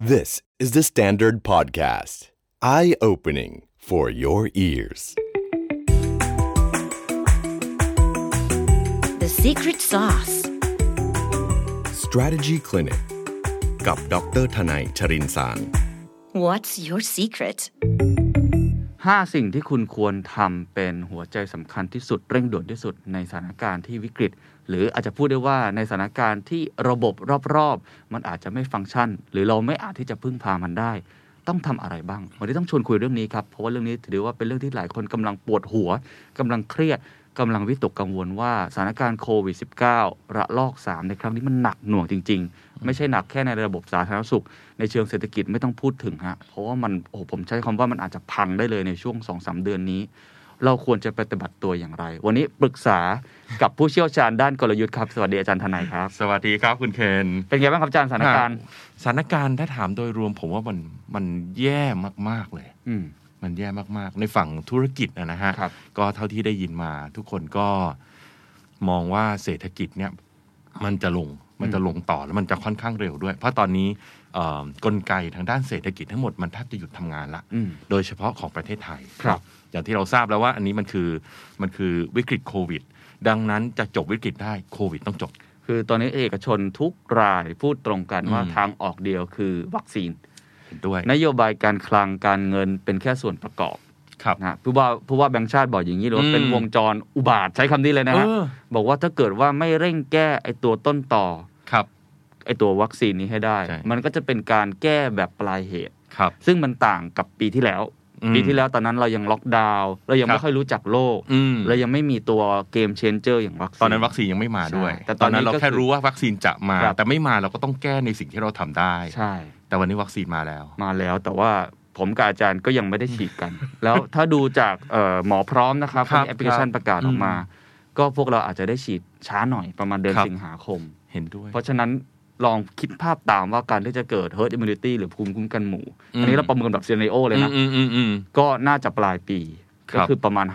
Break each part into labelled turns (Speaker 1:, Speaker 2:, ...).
Speaker 1: This is the Standard Podcast. Eye opening for your ears.
Speaker 2: The secret sauce.
Speaker 1: Strategy Clinic กับดรทนายชรินสาร
Speaker 2: What's your secret?
Speaker 3: ห้าสิ่งที่คุณควรทำเป็นหัวใจสำคัญที่สุดเร่งด่วนที่สุดในสถานการณ์ที่วิกฤต หรืออาจจะพูดได้ว่าในสถานการณ์ที่ระบบรอบๆ มันอาจจะไม่ฟังก์ชัน หรือเราไม่อาจที่จะพึ่งพามันได้ ต้องทำอะไรบ้าง วันนี้ต้องชวนคุยเรื่องนี้ครับ เพราะว่าเรื่องนี้ถือว่าเป็นเรื่องที่หลายคนกำลังปวดหัวกำลังเครียดกำลังวิตกกังวลว่าสถานการณ์โควิด -19 ระลอก 3 ในครั้งนี้มันหนักหน่วงจริง ๆ ไม่ใช่หนักแค่ในระบบสาธารณสุข ในเชิงเศรษฐกิจไม่ต้องพูดถึงฮะ เพราะว่ามันโอ้โหผมใช้คำว่ามันอาจจะพังได้เลยในช่วง2อสเดือนนี้ เราควรจะปฏิบัติตัวอย่างไร วันนี้ปรึกษากับผู้เชี่ยวชาญด้านกลยุทธ์ครับ สวัสดีอาจารย์ทนายครับ
Speaker 4: สวัสดีครับคุณเคน
Speaker 3: เป็นไงบ้างครับอาจารย์สถานการณ์
Speaker 4: สถานการณ์ถ้าถามโดยรวมผมว่ามันมันแย่มาก ๆ เลย
Speaker 3: อืม
Speaker 4: มันแย่มากๆ ในฝั่งธุรกิจนะนะฮะ
Speaker 3: ครับ
Speaker 4: ก็เท่าที่ได้ยินมาทุกคนก็มองว่าเศรษฐกิจเนี่ยมันจะลงมันจะลงต่อแล้วมันจะค่อนข้างเร็วด้วย เพราะตอนนี้เอ่อกลไกทางด้านเศรษฐกิจทั้งหมดมันแทบจะหยุดทำงานละ
Speaker 3: อืม
Speaker 4: โดยเฉพาะของประเทศไทย
Speaker 3: ครับ
Speaker 4: อย่างที่เราทราบแล้วว่าอันนี้มันคือมันคือวิกฤตโควิด ดังนั้นจะจบวิกฤตได้โควิดต้องจบ
Speaker 3: คือตอนนี้เอกชนทุกรายพูดตรงกันว่า
Speaker 4: อืม
Speaker 3: ทางออกเดียวคือวัคซีน
Speaker 4: ด้วย
Speaker 3: นโยบายการคลังการเงินเป็นแค่ส่วนประกอบ
Speaker 4: ครับ
Speaker 3: นะฮะผู้ว่าผู้ว่าแบงค์ชาติบอกอย่างนี้เลยว่า
Speaker 4: อืม
Speaker 3: เป็นวงจรอุบาทใช้คำนี้เลยนะ
Speaker 4: เอ
Speaker 3: ฮะ
Speaker 4: อ
Speaker 3: บอกว่าถ้าเกิดว่าไม่เร่งแก้ไอตัวต้นต่อ
Speaker 4: ครับ
Speaker 3: ไอตัววัคซีนนี้ให้ได้
Speaker 4: ใช่
Speaker 3: มันก็จะเป็นการแก้แบบปลายเหตุ
Speaker 4: ครับ
Speaker 3: ซึ่งมันต่างกับปีที่แล้ว ปีที่แล้วตอนนั้นเรายังล็อกดาวน์เรายัง
Speaker 4: ครับ
Speaker 3: ไม่ค่อยรู้จักโลก
Speaker 4: อืม
Speaker 3: เรายังไม่มีตัวเกมเชนเจอร์อย่างวัคซีน
Speaker 4: ตอนนั้นวัคซีนยังไม่มาด้วย
Speaker 3: ใช่แต่ต
Speaker 4: ต
Speaker 3: อ
Speaker 4: อน น
Speaker 3: นี้
Speaker 4: นั้นเรา
Speaker 3: ก็
Speaker 4: แค่
Speaker 3: คือ
Speaker 4: รู้ว่าวัคซีนจะมา
Speaker 3: ครับ
Speaker 4: แต่ไม่มาเราก็ต้องแก้ในสิ่งที่เราทำได้
Speaker 3: ใช่
Speaker 4: แต่วันนี้วัคซีนมาแล้ว
Speaker 3: มาแล้วแต่ว่าผมกับอาจารย์ก็ยังไม่ได้ฉีด กัน แล้วถ้าดูจากเอ่อหมอพร้อมนะครับ
Speaker 4: ครับ
Speaker 3: ที่แอปพลิเคชัน
Speaker 4: ครับ
Speaker 3: ประกาศออกมา ก็พวกเราอาจจะได้ฉีดช้าหน่อยประมาณเดือน
Speaker 4: ครับ
Speaker 3: สิงหาคม
Speaker 4: เห็นด้วย
Speaker 3: เพราะฉะนั้นลองคิดภาพตามว่าการที่จะเกิด herd immunity หรือภูมิคุ้มกันหมู่
Speaker 4: อืม
Speaker 3: อันนี้เราประเมินแบบซีเนโอเลยนะ
Speaker 4: อืมอืมอืม
Speaker 3: ก็น่าจะปลายปี
Speaker 4: ค
Speaker 3: ก็
Speaker 4: รับ
Speaker 3: คือประมาณ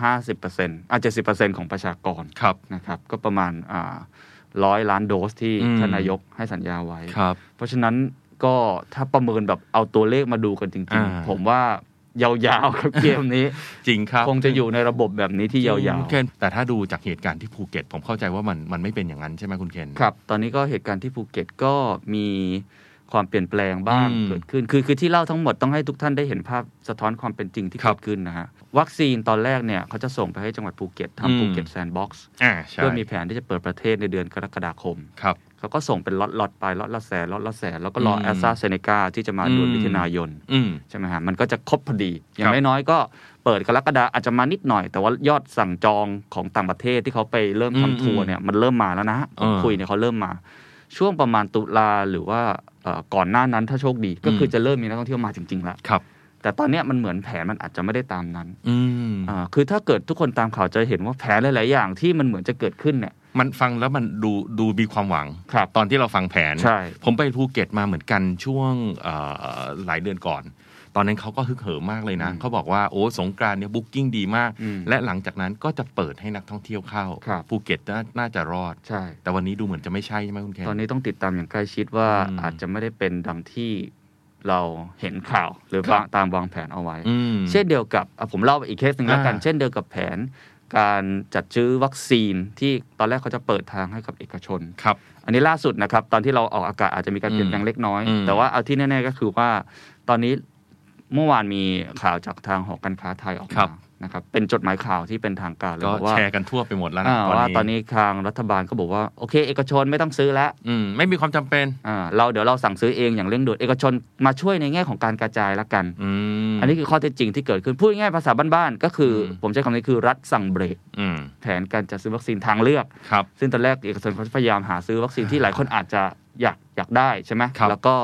Speaker 3: 50%อาจจะ10%ของประชากร
Speaker 4: ครับ
Speaker 3: นะครับก็ประมาณร้อยล้านโดสที่
Speaker 4: อืม
Speaker 3: ท่านนายกให้สัญญาไว้
Speaker 4: ครับ
Speaker 3: เพราะฉะนั้นก็ถ้าประเมินแบบเอาตัวเลขมาดูกันจริง
Speaker 4: อ่า
Speaker 3: ๆ ผมว่ายาวๆครับเกมนี้
Speaker 4: จริงครับ
Speaker 3: คงจะอยู่ในระบบแบบนี้ที่ยาว
Speaker 4: คุณเคน แต่ถ้าดูจากเหตุการณ์ที่ภูเก็ต ผมเข้าใจว่ามันมันไม่เป็นอย่างนั้นใช่ไหมคุณเคน
Speaker 3: ๆ ครับ ตอนนี้ก็เหตุการณ์ที่ภูเก็ตก็มีความเปลี่ยนแปลงบ้าง
Speaker 4: อืม
Speaker 3: เกิดขึ้น คือคือที่เล่าทั้งหมดต้องให้ทุกท่านได้เห็นภาพสะท้อนความเป็นจริงที่
Speaker 4: ครั
Speaker 3: เกิ
Speaker 4: บ
Speaker 3: ดขึ้นนะฮะวัคซีนตอนแรกเนี่ยเขาจะส่งไปให้จังหวัดภูเก็ต
Speaker 4: อืม
Speaker 3: ทำภูเก็ตแซนด์บ็อกซ์
Speaker 4: อ่าใช่
Speaker 3: เพื่อมีแผนที่จะเปิดประเทศในเดือนกรกฎาคม
Speaker 4: ครับ
Speaker 3: เขาก็ส่งเป็นล็อตๆไปล็อตละแสนล็อตละแสนแล้วก็รอ
Speaker 4: อืม
Speaker 3: แอสตราเซเนกาที่จะมาเดือน
Speaker 4: อืม
Speaker 3: มิถุนายน
Speaker 4: อืม
Speaker 3: ใช่ไหมฮะมันก็จะครบพอดี อย่าง
Speaker 4: ครับ
Speaker 3: น้อยๆก็เปิดกรกฎาอาจจะมานิดหน่อย แต่ว่ายอดสั่งจองของต่างประเทศที่เขาไปเริ่ม
Speaker 4: อื
Speaker 3: ทำ
Speaker 4: ม
Speaker 3: ทัวร์เนี่ยมันเริ่มมาแล้วนะผม
Speaker 4: เออ
Speaker 3: คุยเนี่ยเขาเริ่มมา ช่วงประมาณตุลาหรือว่าเอ่อก่อนหน้านั้นถ้าโชคดี ก็คืออ
Speaker 4: ม
Speaker 3: จะเริ่มมีนักท่องเที่ยวมาจริงๆแล้ว
Speaker 4: ครับ
Speaker 3: แต่ตอนเนี้ยมันเหมือนแผนมันอาจจะไม่ได้ตามนั้น
Speaker 4: อืม
Speaker 3: อ่าคือถ้าเกิดทุกคนตามข่าวจะเห็นว่าแผนหลายๆอย่างที่มันเหมือนจะเกิดขึ้นเนี่ย
Speaker 4: มันฟังแล้วมันดูดูมีความหวัง
Speaker 3: ครับ
Speaker 4: ตอนที่เราฟังแผน
Speaker 3: ใช่
Speaker 4: ผมไปภูเก็ตมาเหมือนกันช่วงเอ่อหลายเดือนก่อน ตอนนั้นเขาก็ฮึกเหิมมากเลยนะ
Speaker 3: อืม
Speaker 4: เขาบอกว่าโอ้สงกรานต์เนี่ยบุ๊กิ้งดีมาก
Speaker 3: อืม
Speaker 4: และหลังจากนั้นก็จะเปิดให้นักท่องเที่ยวเข้า
Speaker 3: ครับ
Speaker 4: ภูเก็ตน่าน่าจะรอด
Speaker 3: ใช่
Speaker 4: แต่วันนี้ดูเหมือนจะไม่ใช่ใช่ไหมคุณแคน
Speaker 3: ตอนนี้ต้องติดตามอย่างใกล้ชิดว่า
Speaker 4: อืม
Speaker 3: อาจจะไม่ได้เป็นดังที่เราเห็นข่าว หรือ
Speaker 4: ครับ
Speaker 3: ตามวางแผนเอาไว้
Speaker 4: อืม
Speaker 3: เช่นเดียวกับอ่ะผมเล่าอีกเคสหนึ่งแล้วกัน
Speaker 4: อ่า
Speaker 3: เช่นเดียวกับแผน การจัดซื้อวัคซีนที่ตอนแรกเขาจะเปิดทางให้กับเอกชน
Speaker 4: ครับ
Speaker 3: อันนี้ล่าสุดนะครับ ตอนที่เราออกอากาศอาจจะมีการเปลี่ยนแปลงเล็กน้อย
Speaker 4: อืม
Speaker 3: แต่ว่าเอาที่แน่ ๆ ก็คือว่า ตอนนี้เมื่อวานมีข่าวจากทางหอการค้าไทยออกมานะครับ เป็นจดหมายข่าวที่เป็นทางการเลย
Speaker 4: ก็
Speaker 3: บอก
Speaker 4: แช
Speaker 3: ว่า
Speaker 4: ร์กันทั่วไปหมดแล้วนะ
Speaker 3: อ่าว่าตอนนี้ทางรัฐบาลก็บอกว่าโอเค เอกชนไม่ต้องซื้อแล้ว
Speaker 4: อืมไม่มีความจำเป็น
Speaker 3: อ่าเราเดี๋ยวเราสั่งซื้อเองอย่างเร่งด่วนเอกชนมาช่วยในแง่ของการกระจายละกัน
Speaker 4: อืม
Speaker 3: อันนี้คือข้อเท็จจริงที่เกิดขึ้น พูดง่ายๆภาษาบ้านๆก็คืออ
Speaker 4: ม
Speaker 3: ผมใช้คำนี้คือรัฐสั่งเบรก
Speaker 4: อืม
Speaker 3: แผนการจัดซื้อวัคซีนทางเลือก
Speaker 4: ครับ
Speaker 3: ซึ่งตอนแรกเอกชนเขาพยายามหาซื้อวัคซีนที่หลายคนอาจจะอยากอยากได้ใช่ไหม
Speaker 4: ครับ
Speaker 3: แล้วก็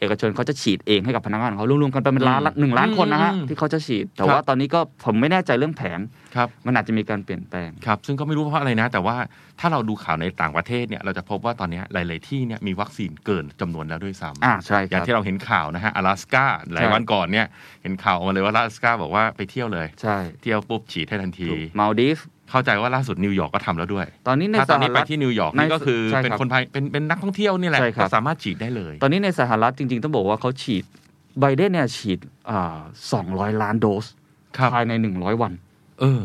Speaker 3: เอกชนเขาจะฉีดเองให้กับพนักงานของเขารวมๆกันไปเป็นล้านละ
Speaker 4: อืม
Speaker 3: หนึ่งล้านคนนะฮะ
Speaker 4: อืม
Speaker 3: ที่เขาจะฉีด แต่
Speaker 4: ครับ
Speaker 3: ว่าตอนนี้ก็ผมไม่แน่ใจเรื่องแผน
Speaker 4: ครับ
Speaker 3: มันอาจจะมีการเปลี่ยนแปลง
Speaker 4: ครับ ซึ่งก็ไม่รู้เพราะอะไรนะ แต่ว่าถ้าเราดูข่าวในต่างประเทศเนี่ยเราจะพบว่าตอนเนี้ยหลาย ๆ ที่เนี่ยมีวัคซีนเกินจำนวนแล้วด้วยซ้ำ
Speaker 3: อ่าใช่ค
Speaker 4: อ
Speaker 3: รั
Speaker 4: ย่า
Speaker 3: บ
Speaker 4: งที่เราเห็นข่าวนะฮะ阿拉斯加หลายวันก่อนเนี่ย เห็นข่าวออกมาเลยว่า阿拉斯加บอกว่าไปเที่ยวเลย
Speaker 3: ใช่
Speaker 4: เที่ยวปุ๊บฉีดให้ทันที
Speaker 3: มาลดีฟ
Speaker 4: เข้าใจว่าล่าสุดนิวยอร์กก็ทำแล้วด้วย
Speaker 3: ตอนนี้ใน
Speaker 4: ถ้า
Speaker 3: ส
Speaker 4: ตอน
Speaker 3: ห
Speaker 4: นี้ไป
Speaker 3: รัฐ
Speaker 4: ที่นิวยอร์กนี่ก็คือ
Speaker 3: ใช่ครับ
Speaker 4: เป็นคนไทยเป็นเป็นนักท่องเที่ยวนี่แหละ
Speaker 3: ใช่ครับ
Speaker 4: ก็สามารถฉีดได้เลย
Speaker 3: ตอนนี้ในสหรัฐจริง ๆ ต้องบอกว่าเขาฉีดไบเดนเนี่ยฉีดสองร้อยล้านโดส
Speaker 4: ครับ
Speaker 3: ภายใน 100 วัน
Speaker 4: เออ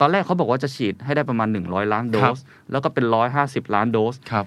Speaker 3: ตอนแรกเขาบอกว่าจะฉีดให้ได้ประมาณ 100 ล้านโด
Speaker 4: ครับ
Speaker 3: ส แล้วก็เป็น 150 ล้านโดส
Speaker 4: ครับ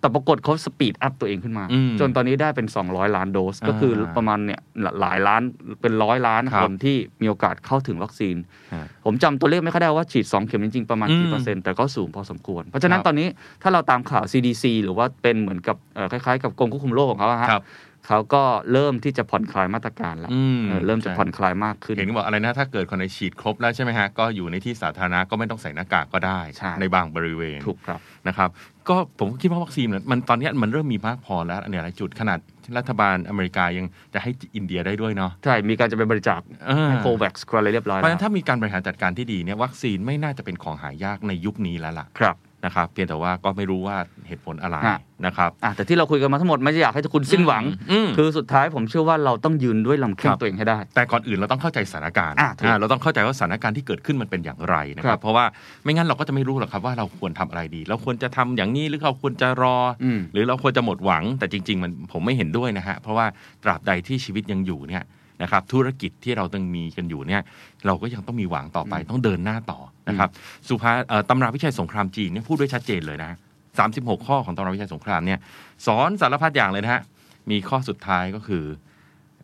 Speaker 3: แต่ปรากฏเขาสปีดอัพตัวเองขึ้นมา
Speaker 4: อืม
Speaker 3: จนตอนนี้ได้เป็น 200 ล้านโดส
Speaker 4: อ่า
Speaker 3: ก็คือประมาณเนี่ยหลายล้านเป็นร้อยล้าน
Speaker 4: ครับ
Speaker 3: คนที่มีโอกาสเข้าถึงวัคซีน
Speaker 4: ฮะ
Speaker 3: ผมจำตัวเลขไม่ค่อยได้ว่าฉีด 2 เข็มจริง ๆ ประมาณ
Speaker 4: อื
Speaker 3: กี่
Speaker 4: ม
Speaker 3: เปอร์เซ็นต์แต่ก็สูงพอสมควร เพราะฉะนั้
Speaker 4: คน รับ
Speaker 3: ตอนนี้ถ้าเราตามข่าว CDC หรือว่าเป็นเหมือนกับเอ่อคล้ายๆ กับกรมควบคุมโรคของเขาอะฮะ
Speaker 4: ครับ
Speaker 3: เขาก็เริ่มที่จะผ่อนคลายมาตรการแล้ว
Speaker 4: อืม
Speaker 3: เออเริ่มจะผ่อนคลายมากขึ้น
Speaker 4: เห็นบอกอะไรนะถ้าเกิดคนในฉีดครบแล้วใช่ไหมฮะก็อยู่ในที่สาธารณะก็ไม่ต้องใส่หน้ากากก็ได้
Speaker 3: ใช่
Speaker 4: ในบางบริเวณ
Speaker 3: ถูกครับ
Speaker 4: นะครับก็ผมก็คิดว่าวัคซีนเนี่ยมันตอนเนี้ยมันเริ่มมีมากพอแล้วเนี่ยหลายจุดขนาดรัฐบาลอเมริกายังจะให้อินเดียได้ด้วยเนาะ
Speaker 3: ใช่ มีการจะไปบริจาค
Speaker 4: เออ
Speaker 3: ให้
Speaker 4: เ
Speaker 3: โควัคซ์อะไรเรียบร้อย
Speaker 4: พราะ
Speaker 3: แล้
Speaker 4: ฉะ
Speaker 3: ว
Speaker 4: นั้
Speaker 3: น
Speaker 4: ถ้ามีการบริหารจัดการที่ดีเนี่ยวัคซีนไม่น่าจะเป็นของหายากในยุคนี้แล้วล่ะ
Speaker 3: ครับ
Speaker 4: นะครับเพียงแต่ว่าก็ไม่รู้ว่าเหตุผลอะไร
Speaker 3: ฮะ
Speaker 4: นะครับ
Speaker 3: อ่ะแต่ที่เราคุยกันมาทั้งหมดไม่ได้อยากให้ทุกคนสิ้นหวัง
Speaker 4: อืม
Speaker 3: คือสุดท้ายผมเชื่อว่าเราต้องยืนด้วยลำแข้ง
Speaker 4: ครับ
Speaker 3: ตัวเองให้ได้
Speaker 4: แต่ก่อนอื่นเราต้องเข้าใจสถานการณ์
Speaker 3: อ่ะถูก
Speaker 4: อ่าเราต้องเข้าใจว่าสถานการณ์ที่เกิดขึ้นมันเป็นอย่างไรนะค
Speaker 3: ครั
Speaker 4: รับ
Speaker 3: บ
Speaker 4: เพราะว่าไม่งั้นเราก็จะไม่รู้หรอกครับว่าเราควรทำอะไรดี เราควรจะทำอย่างนี้หรือเราควรจะรออ
Speaker 3: อืม
Speaker 4: หรือเราควรจะหมดหวังแต่จริง ๆ มันผมไม่เห็นด้วยนะฮะ เพราะว่าตราบใดที่ชีวิตยังอยู่เนี่ยนะครับธุรกิจที่เราต้องมีกันอยู่เนี่ยเราก็ยังต้องมีหวังต่อไปต้องเดินหน้าต่อนะครับสุภาเอ่อตำราวิชัยสงครามจีนเนี่ยพูดไว้ชัดเจนเลยนะ36 ข้อของตำราวิชัยสงครามเนี่ยสอนสารพัดอย่างเลยนะฮะมีข้อสุดท้ายก็คือ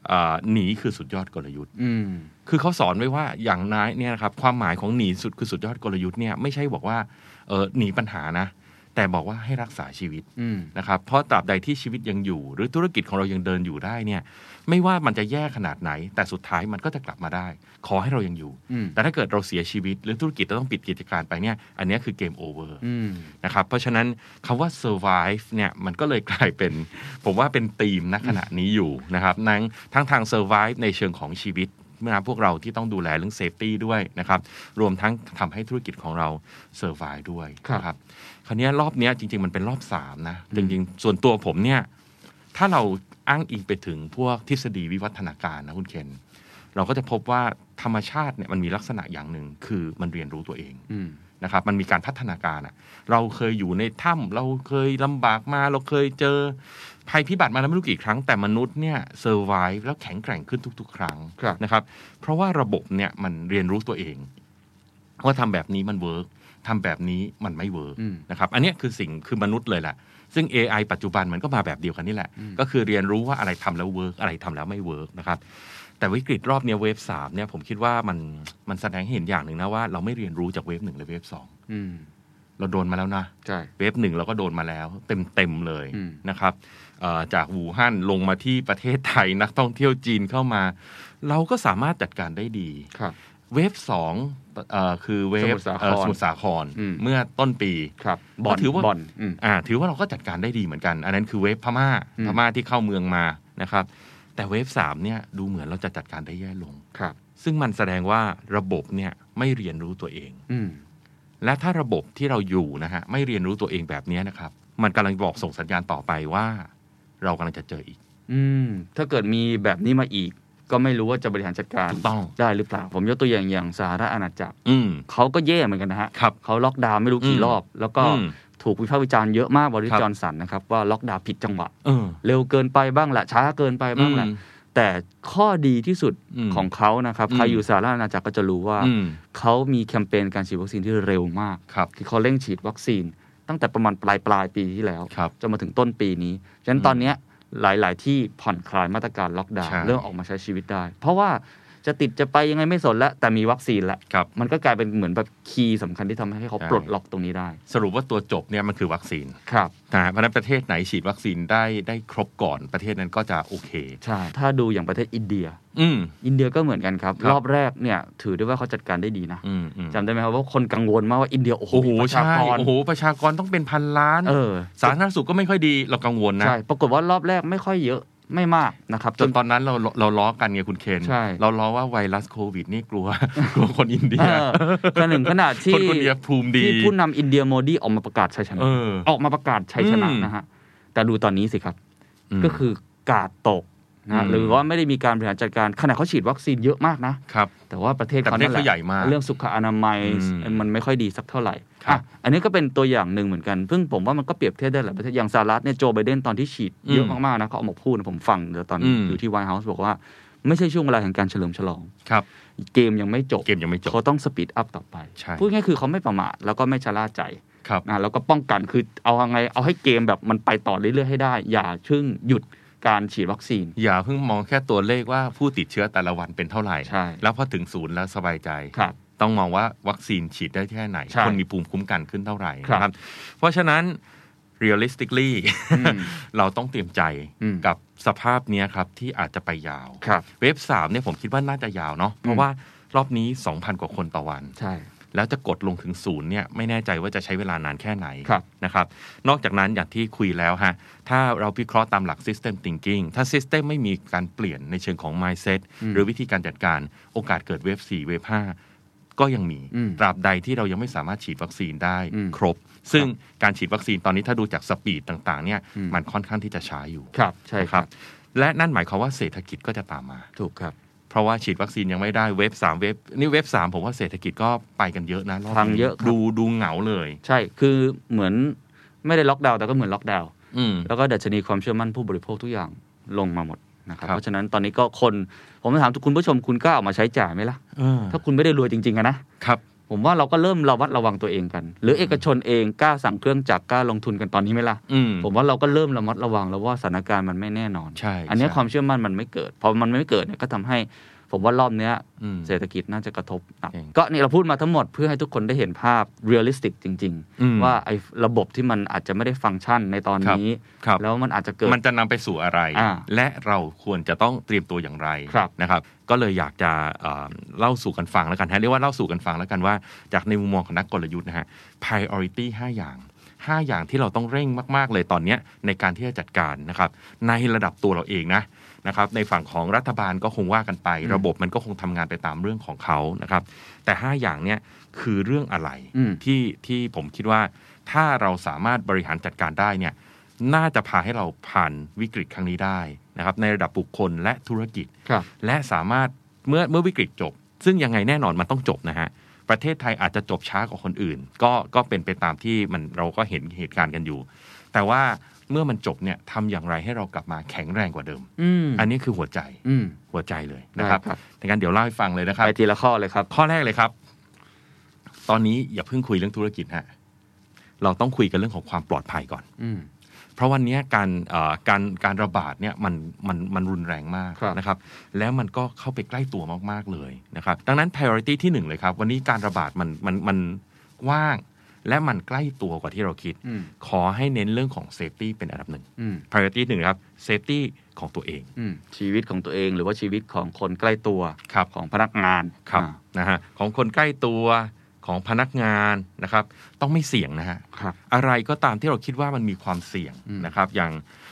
Speaker 4: เอ่อหนีคือสุดยอดกลยุทธ์
Speaker 3: อืม
Speaker 4: คือเขาสอนไว้ว่าอย่างน้อยเนี่ยนะครับความหมายของหนีสุดคือสุดยอดกลยุทธ์เนี่ยไม่ใช่บอกว่าเออหนีปัญหานะ แต่บอกว่าให้รักษาชีวิต
Speaker 3: อืม
Speaker 4: นะครับเพราะตราบใดที่ชีวิตยังอยู่ หรือธุรกิจของเรายังเดินอยู่ได้เนี่ยไม่ว่ามันจะแย่ขนาดไหน แต่สุดท้ายมันก็จะกลับมาได้ ขอให้เรายังอยู่
Speaker 3: อืม
Speaker 4: แต่ถ้าเกิดเราเสียชีวิต หรือธุรกิจเราต้องปิดกิจการไปเนี่ยอันเนี้ยคือเกมโอเวอร์
Speaker 3: อืม
Speaker 4: นะครับเพราะฉะนั้นคำว่า survive เนี่ยมันก็เลยกลายเป็น ผมว่าเป็นธีมณขณะนี้อยู่นะครับทั้งทั้งทาง survive ในเชิงของชีวิตนะพวกเราที่ต้องดูแลเรื่อง safety ด้วยนะครับรวมทั้งทำให้ธุรกิจของเรา survive ด้วย
Speaker 3: ครับ
Speaker 4: นะครับ คราวเนี้ยรอบเนี้ยจริง ๆ มันเป็นรอบสามนะ จริง ๆ ส่วนตัวผมเนี่ย ถ้าเราอ้างอิงไปถึงพวกทฤษฎีวิวัฒนาการนะคุณเคน เราก็จะพบว่าธรรมชาติเนี่ยมันมีลักษณะอย่างหนึ่งคือมันเรียนรู้ตัวเอง
Speaker 3: อืม
Speaker 4: นะครับมันมีการพัฒนาการอะเราเคยอยู่ในถ้ำเราเคยลำบากมา เราเคยเจอภัยพิบัติมาแล้วไม่รู้กี่ครั้งแต่มนุษย์เนี่ยเซอร์ไวฟ์แล้วแข็งแกร่งขึ้นทุก ๆ ครั้ง
Speaker 3: ครับ
Speaker 4: นะครับ เพราะว่าระบบเนี่ยมันเรียนรู้ตัวเอง ว่าทำแบบนี้มันเวิร์กทำแบบนี้มันไม่เวิร์ก
Speaker 3: อืม
Speaker 4: นะครับ อันเนี้ยคือสิ่งคือมนุษย์เลยแหละซึ่ง AI ปัจจุบันมันก็มาแบบเดียวกันนี่แหละ ก็คือเรียนรู้ว่าอะไรทำแล้วเวิร์กอะไรทำแล้วไม่เวิร์กนะครับ แต่วิกฤตรอบเนี้ยเวฟสามเนี่ยผมคิดว่ามันมันแสดงให้เห็นอย่างหนึ่งนะว่าเราไม่เรียนรู้จากเวฟหนึ่งและเวฟสอง
Speaker 3: อืม
Speaker 4: เราโดนมาแล้วนะ
Speaker 3: ใช่
Speaker 4: เวฟหนึ่งเราก็โดนมาแล้วเต็มเต็มๆเลย
Speaker 3: อืม
Speaker 4: นะครับเอ่อจากหูฮั่นลงมาที่ประเทศไทย นักท่องเที่ยวจีนเข้ามา เราก็สามารถจัดการได้ดี
Speaker 3: ครับ
Speaker 4: เวฟสองเอ่อคือเวฟ
Speaker 3: สมุทรสาคร
Speaker 4: เอ่อสมุทรสาคร
Speaker 3: อืม
Speaker 4: เมื่อต้นปี
Speaker 3: ครับ
Speaker 4: ก็ถือว่า
Speaker 3: บอลอืม
Speaker 4: อ่าถือว่าเราก็จัดการได้ดีเหมือนกัน อันนั้นคือเวฟพม่า
Speaker 3: อืม
Speaker 4: พม่าที่เข้าเมืองมานะครับแต่เวฟสามเนี่ยดูเหมือนเราจะจัดการได้แย่ลง
Speaker 3: ครับ
Speaker 4: ซึ่งมันแสดงว่าระบบเนี่ยไม่เรียนรู้ตัวเอง
Speaker 3: อืม
Speaker 4: และถ้าระบบที่เราอยู่นะฮะไม่เรียนรู้ตัวเองแบบเนี้ยนะครับ มันกำลังบอกส่งสัญญาณต่อไปว่า เรากำลังจะเจออีก
Speaker 3: อืม ถ้าเกิดมีแบบนี้มาอีก ก็ไม่รู้ว่าจะบริหารจัดการ
Speaker 4: ถูกต้อง
Speaker 3: ได้หรือเปล่า ผมยกตัวอย่างอย่างสหรัฐอาณาจักร
Speaker 4: อืม
Speaker 3: เขาก็แย่เหมือนกันนะฮะ
Speaker 4: ครับ
Speaker 3: เขาล็อกดาวน์ไม่รู้กี่
Speaker 4: อืม
Speaker 3: รอบ แล้วก็
Speaker 4: อืม
Speaker 3: ถูกวิพากษ์วิจารณ์เยอะมากบริ
Speaker 4: ครับ
Speaker 3: จอนสันนะครับว่าล็อกดาวน์ผิดจังหวะ
Speaker 4: เออ
Speaker 3: เร็วเกินไปบ้างแหละช้าเกินไปบ้างแหละ
Speaker 4: อืม
Speaker 3: แต่ข้อดีที่สุด
Speaker 4: อืม
Speaker 3: ของเขานะครับ
Speaker 4: อืม
Speaker 3: ใครอยู่สหรัฐอาณาจักรก็จะรู้ว่า
Speaker 4: อืม
Speaker 3: เขามีแคมเปญการฉีดวัคซีนที่เร็วมาก
Speaker 4: ครับ
Speaker 3: คือเขาเร่งฉีดวัคซีน ตั้งแต่ประมาณปลายปลายปีที่แล้ว
Speaker 4: ครับ
Speaker 3: จนมาถึงต้นปีนี้ ฉะนั้นตอนเนี้ยหลาย ๆ ที่ผ่อนคลายมาตรการล็อกดาวน์
Speaker 4: ใช่
Speaker 3: เริ่มออกมาใช้ชีวิตได้ เพราะว่าจะติดจะไปยังไงไม่สนแล้ว แต่มีวัคซีนแล้ว
Speaker 4: ครับ
Speaker 3: มันก็กลายเป็นเหมือนแบบคีย์สำคัญที่ทำให้เขา
Speaker 4: ใช่
Speaker 3: ปลดล็อกตรงนี้ได้
Speaker 4: สรุปว่าตัวจบเนี่ยมันคือวัคซีน
Speaker 3: ครับ
Speaker 4: นะฮะเพราะฉะนั้นประเทศไหนฉีดวัคซีนได้ได้ครบก่อนประเทศนั้นก็จะโอเค
Speaker 3: ใช่ ถ้าดูอย่างประเทศอินเดีย
Speaker 4: อืม
Speaker 3: อินเดียก็เหมือนกันครับ
Speaker 4: ครับ
Speaker 3: รอบแรกเนี่ยถือได้ว่าเขาจัดการได้ดีนะ
Speaker 4: อืมอืม
Speaker 3: จำได้ไหมครับว่าคนกังวลมากว่าอินเดียโอ้โห
Speaker 4: โอ้โห
Speaker 3: มีประชา
Speaker 4: ใช่
Speaker 3: กร
Speaker 4: โอ้โหประชากรต้องเป็นพันล้าน
Speaker 3: เออ
Speaker 4: สาธารณสุขก็ไม่ค่อยดีเรากังวลนะ
Speaker 3: ใช่ปรากฏว่ารอบแรกไม่ค่อยเยอะไม่มากนะครับ
Speaker 4: จนตอนนั้นเราเราล้อกันไงคุณเคน
Speaker 3: ใช่
Speaker 4: เราล้อว่าไวรัสโควิดนี่ กลัว กลัวคนอินเดีย
Speaker 3: เออขนึ่งขนาดที่
Speaker 4: คนคนเดียวภูมิดี
Speaker 3: ที่ผู้นำอินเดียโมดีออกมาประกาศชัยชนะ
Speaker 4: เออ
Speaker 3: ออกมาประกาศชัยชนะ
Speaker 4: อืม
Speaker 3: นะฮะแต่ดูตอนนี้สิครับ ก็คือกาดตก นะฮะ
Speaker 4: อืม
Speaker 3: หรือว่าไม่ได้มีการบริหารจัดการขณะเขาฉีดวัคซีนเยอะมากนะ
Speaker 4: ครับ
Speaker 3: แต่ว่าประเทศ
Speaker 4: แต่
Speaker 3: เขา
Speaker 4: ประเทศ
Speaker 3: นั่นแห
Speaker 4: เขาใหญ่
Speaker 3: ละ
Speaker 4: มาก
Speaker 3: เรื่องสุขอนามัย
Speaker 4: อืม
Speaker 3: มันไม่ค่อยดีสักเท่าไหร่
Speaker 4: ครับ
Speaker 3: อ่ะอันนี้ก็เป็นตัวอย่างหนึ่งเหมือนกันเพิ่งผมว่ามันก็เปรียบเทียบได้หลายประเทศอย่างสหรัฐเนี่ยโจไบเดนตอนที่ฉีดเยอะมากๆนะเขาออกมาพูดนะผมฟังเดี๋ยวตอนอยู่ที่ไวท์เฮาส์บอกว่า ไม่ใช่ช่วงเวลาแห่งการเฉลิมฉลอง
Speaker 4: ครับ
Speaker 3: เกมยังไม่จบ
Speaker 4: เกมยังไม่จบ
Speaker 3: เขาต้องสปีดอัพต่อไป
Speaker 4: ใช่
Speaker 3: พูดง่ายๆคือเขาไม่ประมาทแล้วก็ไม่ชะล่าใจ
Speaker 4: ครับ
Speaker 3: นะแล้วก็ป้องกันคือเอายังไงเอาให้เกมแบบมันไปต่อเรื่อยๆให้ได้ อย่าชึ่งหยุดการฉีดวัคซีน
Speaker 4: อย่าเพิ่งมองแค่ตัวเลขว่าผู้ติดเชื้อแต่ละวันเป็นเท่าไหร่
Speaker 3: ใช่
Speaker 4: แล้วพอถึงศูนย์แล้วสบายใจ
Speaker 3: ครับ
Speaker 4: ต้องมองว่าวัคซีนฉีดได้แค่ไหน
Speaker 3: ใช่
Speaker 4: คนมีภูมิคุ้มกันขึ้นเท่าไหร่
Speaker 3: ครับ
Speaker 4: นะครับ เพราะฉะนั้น realistically
Speaker 3: อืม
Speaker 4: เราต้องเตรียมใจ
Speaker 3: อืม
Speaker 4: กับสภาพเนี้ยครับ ที่อาจจะไปยาว
Speaker 3: ครับ
Speaker 4: เว็บสามเนี่ยผมคิดว่าน่าจะยาวเนาะเพ
Speaker 3: อื
Speaker 4: ราะ
Speaker 3: ม
Speaker 4: ว่ารอบนี้ 2,000 กว่าคนต่อวัน
Speaker 3: ใช่
Speaker 4: แล้วจะกดลงถึงศูนย์เนี่ยไม่แน่ใจว่าจะใช้เวลานานแค่ไหน
Speaker 3: ครับ
Speaker 4: นะครับ นอกจากนั้นอย่างที่คุยแล้วฮะ ถ้าเราพิเคราะห์ตามหลัก system thinking ถ้า system ไม่มีการเปลี่ยนในเชิงของ mindset
Speaker 3: อืม
Speaker 4: หรือวิธีการจัดการโอกาสเกิดเวฟ4เวฟ5ก็ยังมี
Speaker 3: อืม
Speaker 4: ตราบใดที่เรายังไม่สามารถฉีดวัคซีนได้
Speaker 3: อืม
Speaker 4: ครบ ซึ่งการฉีดวัคซีนตอนนี้ถ้าดูจากสปีดต่างๆเนี่ย
Speaker 3: อืม
Speaker 4: มันค่อนข้างที่จะช้าอยู่
Speaker 3: ครับใช่
Speaker 4: นะ
Speaker 3: ค
Speaker 4: ค
Speaker 3: รั
Speaker 4: รับ บ และนั่นหมายความว่าเศรษฐกิจก็จะตามมา
Speaker 3: ถูกครับ
Speaker 4: เพราะว่าฉีดวัคซีนยังไม่ได้เว็บสามเว็บนี่เว็บสามผมว่าเศรษฐกิจก็ไปกันเยอะนะรอบ
Speaker 3: ฟัง
Speaker 4: นี้
Speaker 3: เยอะครับ
Speaker 4: ดูดูเหงาเลย
Speaker 3: ใช่ คือเหมือนไม่ได้ล็อกดาวน์แต่ก็เหมือนล็อกดาวน์
Speaker 4: อืม
Speaker 3: แล้วก็ดัชนีความเชื่อมั่นผู้บริโภคทุกอย่างลงมาหมดนะครับ
Speaker 4: ครับ
Speaker 3: เพราะฉะนั้นตอนนี้ก็คน ผมถามทุกคุณผู้ชมคุณกล้าออกมาใช้จ่ายไหมล่ะ ถ้าคุณไม่ได้รวยจริงๆอะนะ
Speaker 4: ครับ
Speaker 3: ผมว่าเราก็เริ่มระวัดระวังตัวเองกัน หรือเอกชนเองกล้าสั่งเครื่องจักรกล้าลงทุนกันตอนนี้ไหมล่ะ
Speaker 4: อืม
Speaker 3: ผมว่าเราก็เริ่มระมัดระวังแล้วว่าสถานการณ์มันไม่แน่นอน
Speaker 4: ใช่
Speaker 3: อันเนี้ย
Speaker 4: ใช่
Speaker 3: ความเชื่อมั่นมันไม่เกิด พอมันไม่เกิดเนี่ยก็ทำให้ ผมว่ารอบเนี้ย
Speaker 4: อืม
Speaker 3: เศรษฐกิจน่าจะกระทบหนัก
Speaker 4: จริง
Speaker 3: ก็นี่เราพูดมาทั้งหมดเพื่อให้ทุกคนได้เห็นภาพเรียลลิสติกจริง
Speaker 4: อืม
Speaker 3: ๆ ว่าไอ้ระบบที่มันอาจจะไม่ได้ฟังก์ชันในตอนนี้
Speaker 4: ครับ
Speaker 3: แล้วมันอาจจะเกิด
Speaker 4: มันจะนำไปสู่อะไร
Speaker 3: อ่า
Speaker 4: และเราควรจะต้องเตรียมตัวอย่างไร
Speaker 3: ครับ
Speaker 4: นะครับ ก็เลยอยากจะเอ่อเล่าสู่กันฟังแล้วกันฮะเรียกว่าเล่าสู่กันฟังแล้วกันว่า จากในมุมมองของนักกลยุทธ์นะฮะ priority 5 อย่าง 5 อย่างที่เราต้องเร่งมาก ๆ เลยตอนเนี้ยในการที่จะจัดการนะครับ ในระดับตัวเราเองนะนะครับ ในฝั่งของรัฐบาลก็คงว่ากันไป
Speaker 3: อืม
Speaker 4: ระบบมันก็คงทำงานไปตามเรื่องของเขานะครับ แต่ 5 อย่างเนี่ยคือเรื่องอะไร
Speaker 3: อืม
Speaker 4: ที่ที่ผมคิดว่าถ้าเราสามารถบริหารจัดการได้เนี่ยน่าจะพาให้เราผ่านวิกฤตครั้งนี้ได้นะครับในระดับบุคคลและธุรกิจ
Speaker 3: ครับ
Speaker 4: และสามารถเมื่อเมื่อวิกฤตจบ ซึ่งยังไงแน่นอนมันต้องจบนะฮะ ประเทศไทยอาจจะจบช้ากว่าคนอื่น ก็ก็เป็นไปตามที่มันเราก็เห็นเหตุการณ์กันอยู่ แต่ว่าเมื่อมันจบเนี่ยทำอย่างไรให้เรากลับมาแข็งแรงกว่าเดิม
Speaker 3: อืม
Speaker 4: อันนี้คือหัวใจ
Speaker 3: อืม
Speaker 4: หัวใจเลยนะครับ
Speaker 3: ได้ครับ
Speaker 4: ดังนั้นเดี๋ยวเล่าให้ฟังเลยนะครับ
Speaker 3: ไปทีละข้อเลยครับ
Speaker 4: ข้อแรกเลยครับ ตอนนี้อย่าเพิ่งคุยเรื่องธุรกิจฮะ เราต้องคุยกันเรื่องของความปลอดภัยก่อน
Speaker 3: อืม
Speaker 4: เพราะวันนี้การเอ่อการการระบาดเนี่ยมันมันมันรุนแรงมาก
Speaker 3: ครับ
Speaker 4: นะครับ แล้วมันก็เข้าไปใกล้ตัวมากๆเลยนะครับ ดังนั้น priority ที่หนึ่งเลยครับ วันนี้การระบาดมันมันมันกว้าง และมันใกล้ตัวกว่าที่เราคิด
Speaker 3: อืม
Speaker 4: ขอให้เน้นเรื่องของ safety เป็นอันดับหนึ่ง
Speaker 3: อืม
Speaker 4: priority หนึ่งครับ safety ของตัวเอง
Speaker 3: อืมชีวิตของตัวเองหรือว่าชีวิตของคนใกล้ตัว
Speaker 4: ครับ
Speaker 3: ของพนักงาน
Speaker 4: ครับ
Speaker 3: อ่า
Speaker 4: นะฮะของคนใกล้ตัวของพนักงานนะครับ ต้องไม่เสี่ยงนะฮะ
Speaker 3: ครับ
Speaker 4: อะไรก็ตามที่เราคิดว่ามันมีความเสี่ยง
Speaker 3: อืม
Speaker 4: นะครับ อย่าง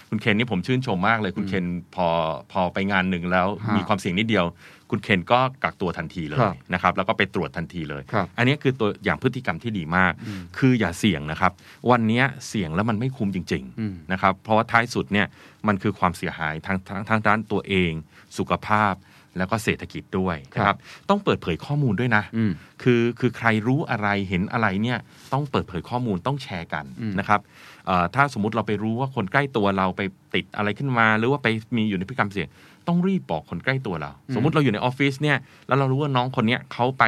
Speaker 4: คุณเคนนี่ผมชื่นชมมากเลย คุณเคนพอพอไปงานหนึ่งแล้ว
Speaker 3: ฮะ
Speaker 4: มีความเสี่ยงนิดเดียว คุณเคนก็กักตัวทันทีเลย
Speaker 3: ครับ
Speaker 4: นะครับ แล้วก็ไปตรวจทันทีเลย
Speaker 3: ครับ
Speaker 4: อันนี้คือตัวอย่างพฤติกรรมที่ดีมาก คืออย่าเสี่ยงนะครับ วันนี้เสี่ยงแล้วมันไม่คุ้มจริง
Speaker 3: อืม
Speaker 4: ๆ นะครับเพราะว่าท้ายสุดเนี่ยมันคือความเสียหายทางทางทางด้านตัวเอง สุขภาพแล้วก็เศรษฐกิจด้วยนะ
Speaker 3: ค
Speaker 4: ค
Speaker 3: รั
Speaker 4: รับ บต้องเปิดเผยข้อมูลด้วยนะ
Speaker 3: อืม
Speaker 4: คือคือใครรู้อะไรเห็นอะไรเนี่ยต้องเปิดเผยข้อมูลต้องแชร์กัน
Speaker 3: อืม
Speaker 4: นะครับเอ่อถ้าสมมติเราไปรู้ว่าคนใกล้ตัวเราไปติดอะไรขึ้นมา หรือว่าไปมีอยู่ในพฤติกรรมเสี่ยงต้องรีบบอกคนใกล้ตัวเรา
Speaker 3: อืม
Speaker 4: สมมติเราอยู่ในออฟฟิศเนี่ยแล้วเรารู้ว่าน้องคนเนี้ยเขาไป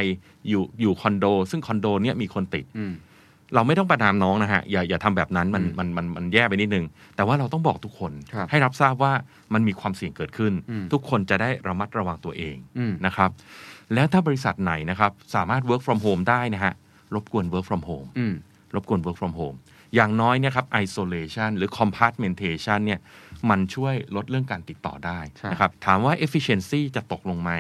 Speaker 4: อยู่อยู่คอนโด ซึ่งคอนโดเนี่ยมีคนติด
Speaker 3: อืม
Speaker 4: เราไม่ต้องประนามน้องนะฮะ อย่าอย่าทำแบบนั้นมัน
Speaker 3: อืม
Speaker 4: มันมันมันแย่ไปนิดนึง แต่ว่าเราต้องบอกทุกคน
Speaker 3: ครับ
Speaker 4: ให้รับทราบว่ามันมีความเสี่ยงเกิดขึ้น
Speaker 3: อืม
Speaker 4: ทุกคนจะได้ระมัดระวังตัวเอง
Speaker 3: อืม
Speaker 4: นะครับแล้วถ้าบริษัทไหนนะครับสามารถ work from home ได้นะฮะรบกวน work from home
Speaker 3: อืม
Speaker 4: รบกวน work from home อย่างน้อยเนี่ยครับ isolation หรือ compartmentation เนี่ยมันช่วยลดเรื่องการติดต่อได้
Speaker 3: ใช่
Speaker 4: นะครับถามว่า efficiency จะตกลงไหม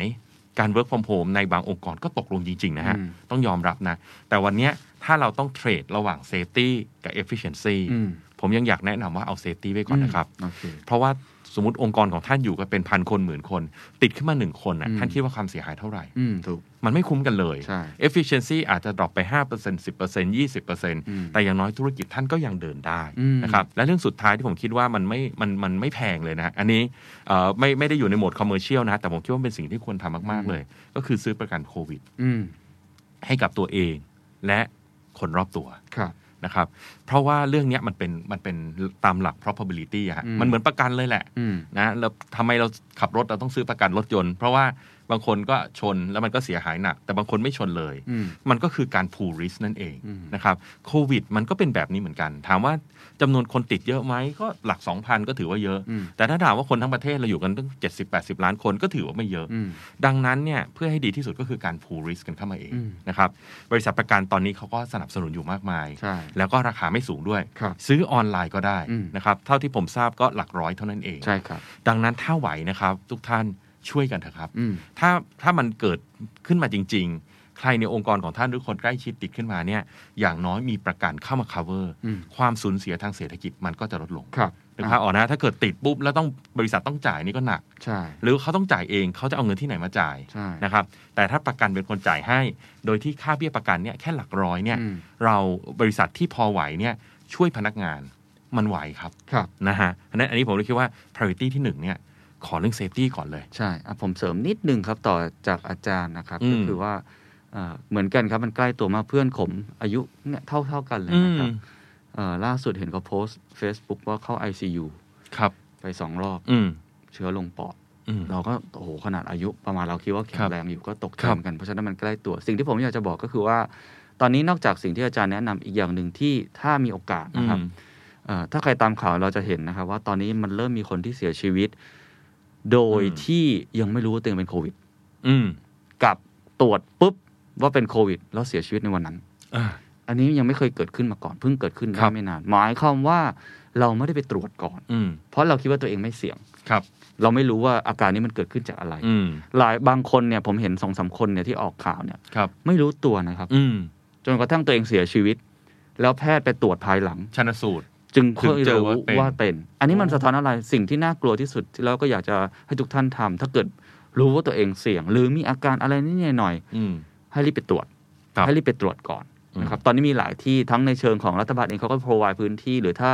Speaker 4: การ work from home ในบางองค์กรก็ตกลงจริง ๆ นะฮะ ต้องยอมรับนะ แต่วันเนี้ยถ้าเราต้องเทรดระหว่าง safety กับ efficiency
Speaker 3: อืม
Speaker 4: ผมยังอยากแนะนำว่าเอา safety ไว้ก่อนนะครับ
Speaker 3: โอเค
Speaker 4: เพราะว่า สมมติองค์กรของท่านอยู่ก็เป็นพันคนหมื่นคน ติดขึ้นมาหนึ่งคนน่ะ
Speaker 3: อืม
Speaker 4: ท่านคิดว่าความเสียหายเท่าไหร่
Speaker 3: อืมถูก
Speaker 4: มันไม่คุ้มกันเลย
Speaker 3: ใช่
Speaker 4: efficiency อาจจะดรอปไป 5% 10% 20%แต่อย่างน้อยธุรกิจท่านก็ยังเดินได้
Speaker 3: อืม
Speaker 4: นะครับ และเรื่องสุดท้ายที่ผมคิดว่ามันไม่ มัน มันไม่แพงเลยนะ อันนี้เอ่อไม่ ไม่ได้อยู่ในโหมดคอมเมอร์เชียลนะ แต่ผมคิดว่ามันเป็นสิ่งที่ควรทำมาก ๆ เลย ก็คือซื้อประกันโควิด
Speaker 3: อืม
Speaker 4: ให้กับตัวเอง และคนรอบตัว
Speaker 3: ครับ
Speaker 4: นะครับ เพราะว่าเรื่องเนี้ยมันเป็น มันเป็นตามหลัก probability อะฮะ
Speaker 3: อืม
Speaker 4: มันเหมือนประกันเลยแหละ
Speaker 3: อืม
Speaker 4: นะแล้วทำไมเราขับรถเราต้องซื้อประกันรถยนต์ เพราะว่าบางคนก็ชนแล้วมันก็เสียหายหนัก แต่บางคนไม่ชนเลย
Speaker 3: อืม
Speaker 4: มันก็คือการ pool risk นั่นเอง
Speaker 3: อืม
Speaker 4: นะครับโควิดมันก็เป็นแบบนี้เหมือนกัน ถามว่าจำนวนคนติดเยอะไหมก็หลัก 2,000 ก็ถือว่าเยอะ
Speaker 3: อืม
Speaker 4: แต่ถ้าถามว่าคนทั้งประเทศเราอยู่กันตั้ง 70-80 ล้านคนก็ถือว่าไม่เยอะ
Speaker 3: อืม
Speaker 4: ดังนั้นเนี่ยเพื่อให้ดีที่สุดก็คือการ pool risk กันเข้ามาเอง
Speaker 3: อืม
Speaker 4: นะครับบริษัทประกันตอนนี้เขาก็สนับสนุนอยู่มากมาย
Speaker 3: ใช่
Speaker 4: แล้วก็ราคาไม่สูงด้วย
Speaker 3: ครับ
Speaker 4: ซื้อออนไลน์ก็ได้
Speaker 3: อืม
Speaker 4: นะครับเท่าที่ผมทราบก็หลักร้อยเท่านั้นเอง
Speaker 3: ใช่ครับ
Speaker 4: ดังนั้นถ้าไหวนะครับทุกท่านช่วยกันเถอะครับ
Speaker 3: อืม
Speaker 4: ถ้าถ้ามันเกิดขึ้นมาจริง ๆ ใครในองค์กรของท่านหรือคนใกล้ชิดติดขึ้นมาเนี่ยอย่างน้อยมีประกันเข้ามา cover
Speaker 3: อืม
Speaker 4: ความสูญเสียทางเศรษฐกิจมันก็จะลดลง
Speaker 3: ครับ
Speaker 4: นึกภาพออกนะถ้าเกิดติดปุ๊บแล้วต้องบริษัทต้องจ่ายนี่ก็หนัก
Speaker 3: ใช่
Speaker 4: หรือเขาต้องจ่ายเองเขาจะเอาเงินที่ไหนมาจ่าย
Speaker 3: ใช่
Speaker 4: นะครับแต่ถ้าประกันเป็นคนจ่ายให้ โดยที่ค่าเบี้ยประกันเนี่ยแค่หลักร้อยเนี่ย
Speaker 3: อืม
Speaker 4: เราบริษัทที่พอไหวเนี่ยช่วยพนักงานมันไหวครับ
Speaker 3: ครับ
Speaker 4: นะฮะอันนั้นอันนี้ผมเลยคิดว่า priority ที่หนึ่งเนี่ย ขอเรื่อง safety ก่อนเลย
Speaker 3: ใช่อ่ะผมเสริมนิดนึงครับต่อจากอาจารย์นะครับ
Speaker 4: อืม
Speaker 3: ก็คือว่าเอ่อเหมือนกันครับมันใกล้ตัวมากเพื่อนผมอายุเนี่ยเท่าเท่ากันเลยนะครับ
Speaker 4: อืม
Speaker 3: เอ่อล่าสุดเห็นเขาโพสต์ Facebook ว่าเข้า ICU
Speaker 4: ครับ
Speaker 3: ไปสองรอบ
Speaker 4: อืม
Speaker 3: เชื้อลงปอด
Speaker 4: อืม
Speaker 3: เราก็โอ้โหขนาดอายุประมาณเราคิดว่าแข็
Speaker 4: ครั
Speaker 3: ง
Speaker 4: บ
Speaker 3: แรงอยู่ก็ตกใจ
Speaker 4: ครับ
Speaker 3: เหมือนกันเพราะฉะนั้นมันใกล้ตัว สิ่งที่ผมอยากจะบอกก็คือว่า ตอนนี้นอกจากสิ่งที่อาจารย์แนะนำอีกอย่างหนึ่งที่ถ้ามีโอกาสนะครับ
Speaker 4: อืม
Speaker 3: เอ่อถ้าใครตามข่าวเราจะเห็นนะครับ ว่าตอนนี้มันเริ่มมีคนที่เสียชีวิต โดยที่ยังไม่รู้ว่าตัวเองเป็นโควิด
Speaker 4: อืม
Speaker 3: กับตรวจปุ๊บว่าเป็นโควิด แล้วเสียชีวิตในวันนั้น
Speaker 4: อ่า
Speaker 3: อันนี้ยังไม่เคยเกิดขึ้นมาก่อนเพิ่งเกิดขึ้น
Speaker 4: ครั
Speaker 3: ได้
Speaker 4: บ
Speaker 3: ไม่นาน หมายความว่าเราไม่ได้ไปตรวจก่อน
Speaker 4: อืม
Speaker 3: เพราะเราคิดว่าตัวเองไม่เสี่ยง
Speaker 4: ครับ
Speaker 3: เราไม่รู้ว่าอาการนี้มันเกิดขึ้นจากอะไร
Speaker 4: อืม
Speaker 3: หลายบางคนเนี่ยผมเห็นสองสามคนเนี่ยที่ออกข่าวเนี่ย
Speaker 4: ครับ
Speaker 3: ไม่รู้ตัวนะครับ
Speaker 4: อืม
Speaker 3: จนกระทั่งตัวเองเสียชีวิต แล้วแพทย์ไปตรวจภายหลัง
Speaker 4: ชนสูตร
Speaker 3: จึงค่อย
Speaker 4: ถึงเจอ
Speaker 3: รู้
Speaker 4: ว่าเป็น
Speaker 3: ว่าเป็น อันนี้มันสะท้อนอะไรสิ่งที่น่ากลัวที่สุดที่เราก็อยากจะให้ทุกท่านทำถ้าเกิดรู้ว่าตัวเองเสี่ยง หรือมีอาการอะไรนิดหน่อย
Speaker 4: อืม
Speaker 3: ให้รีบไปตรวจ
Speaker 4: ครับ
Speaker 3: ให้รีบไปตรวจก่อนนะครับ ตอนนี้มีหลายที่ทั้งในเชิงของรัฐบาลเองเขาก็ provide พื้นที่ หรือถ้า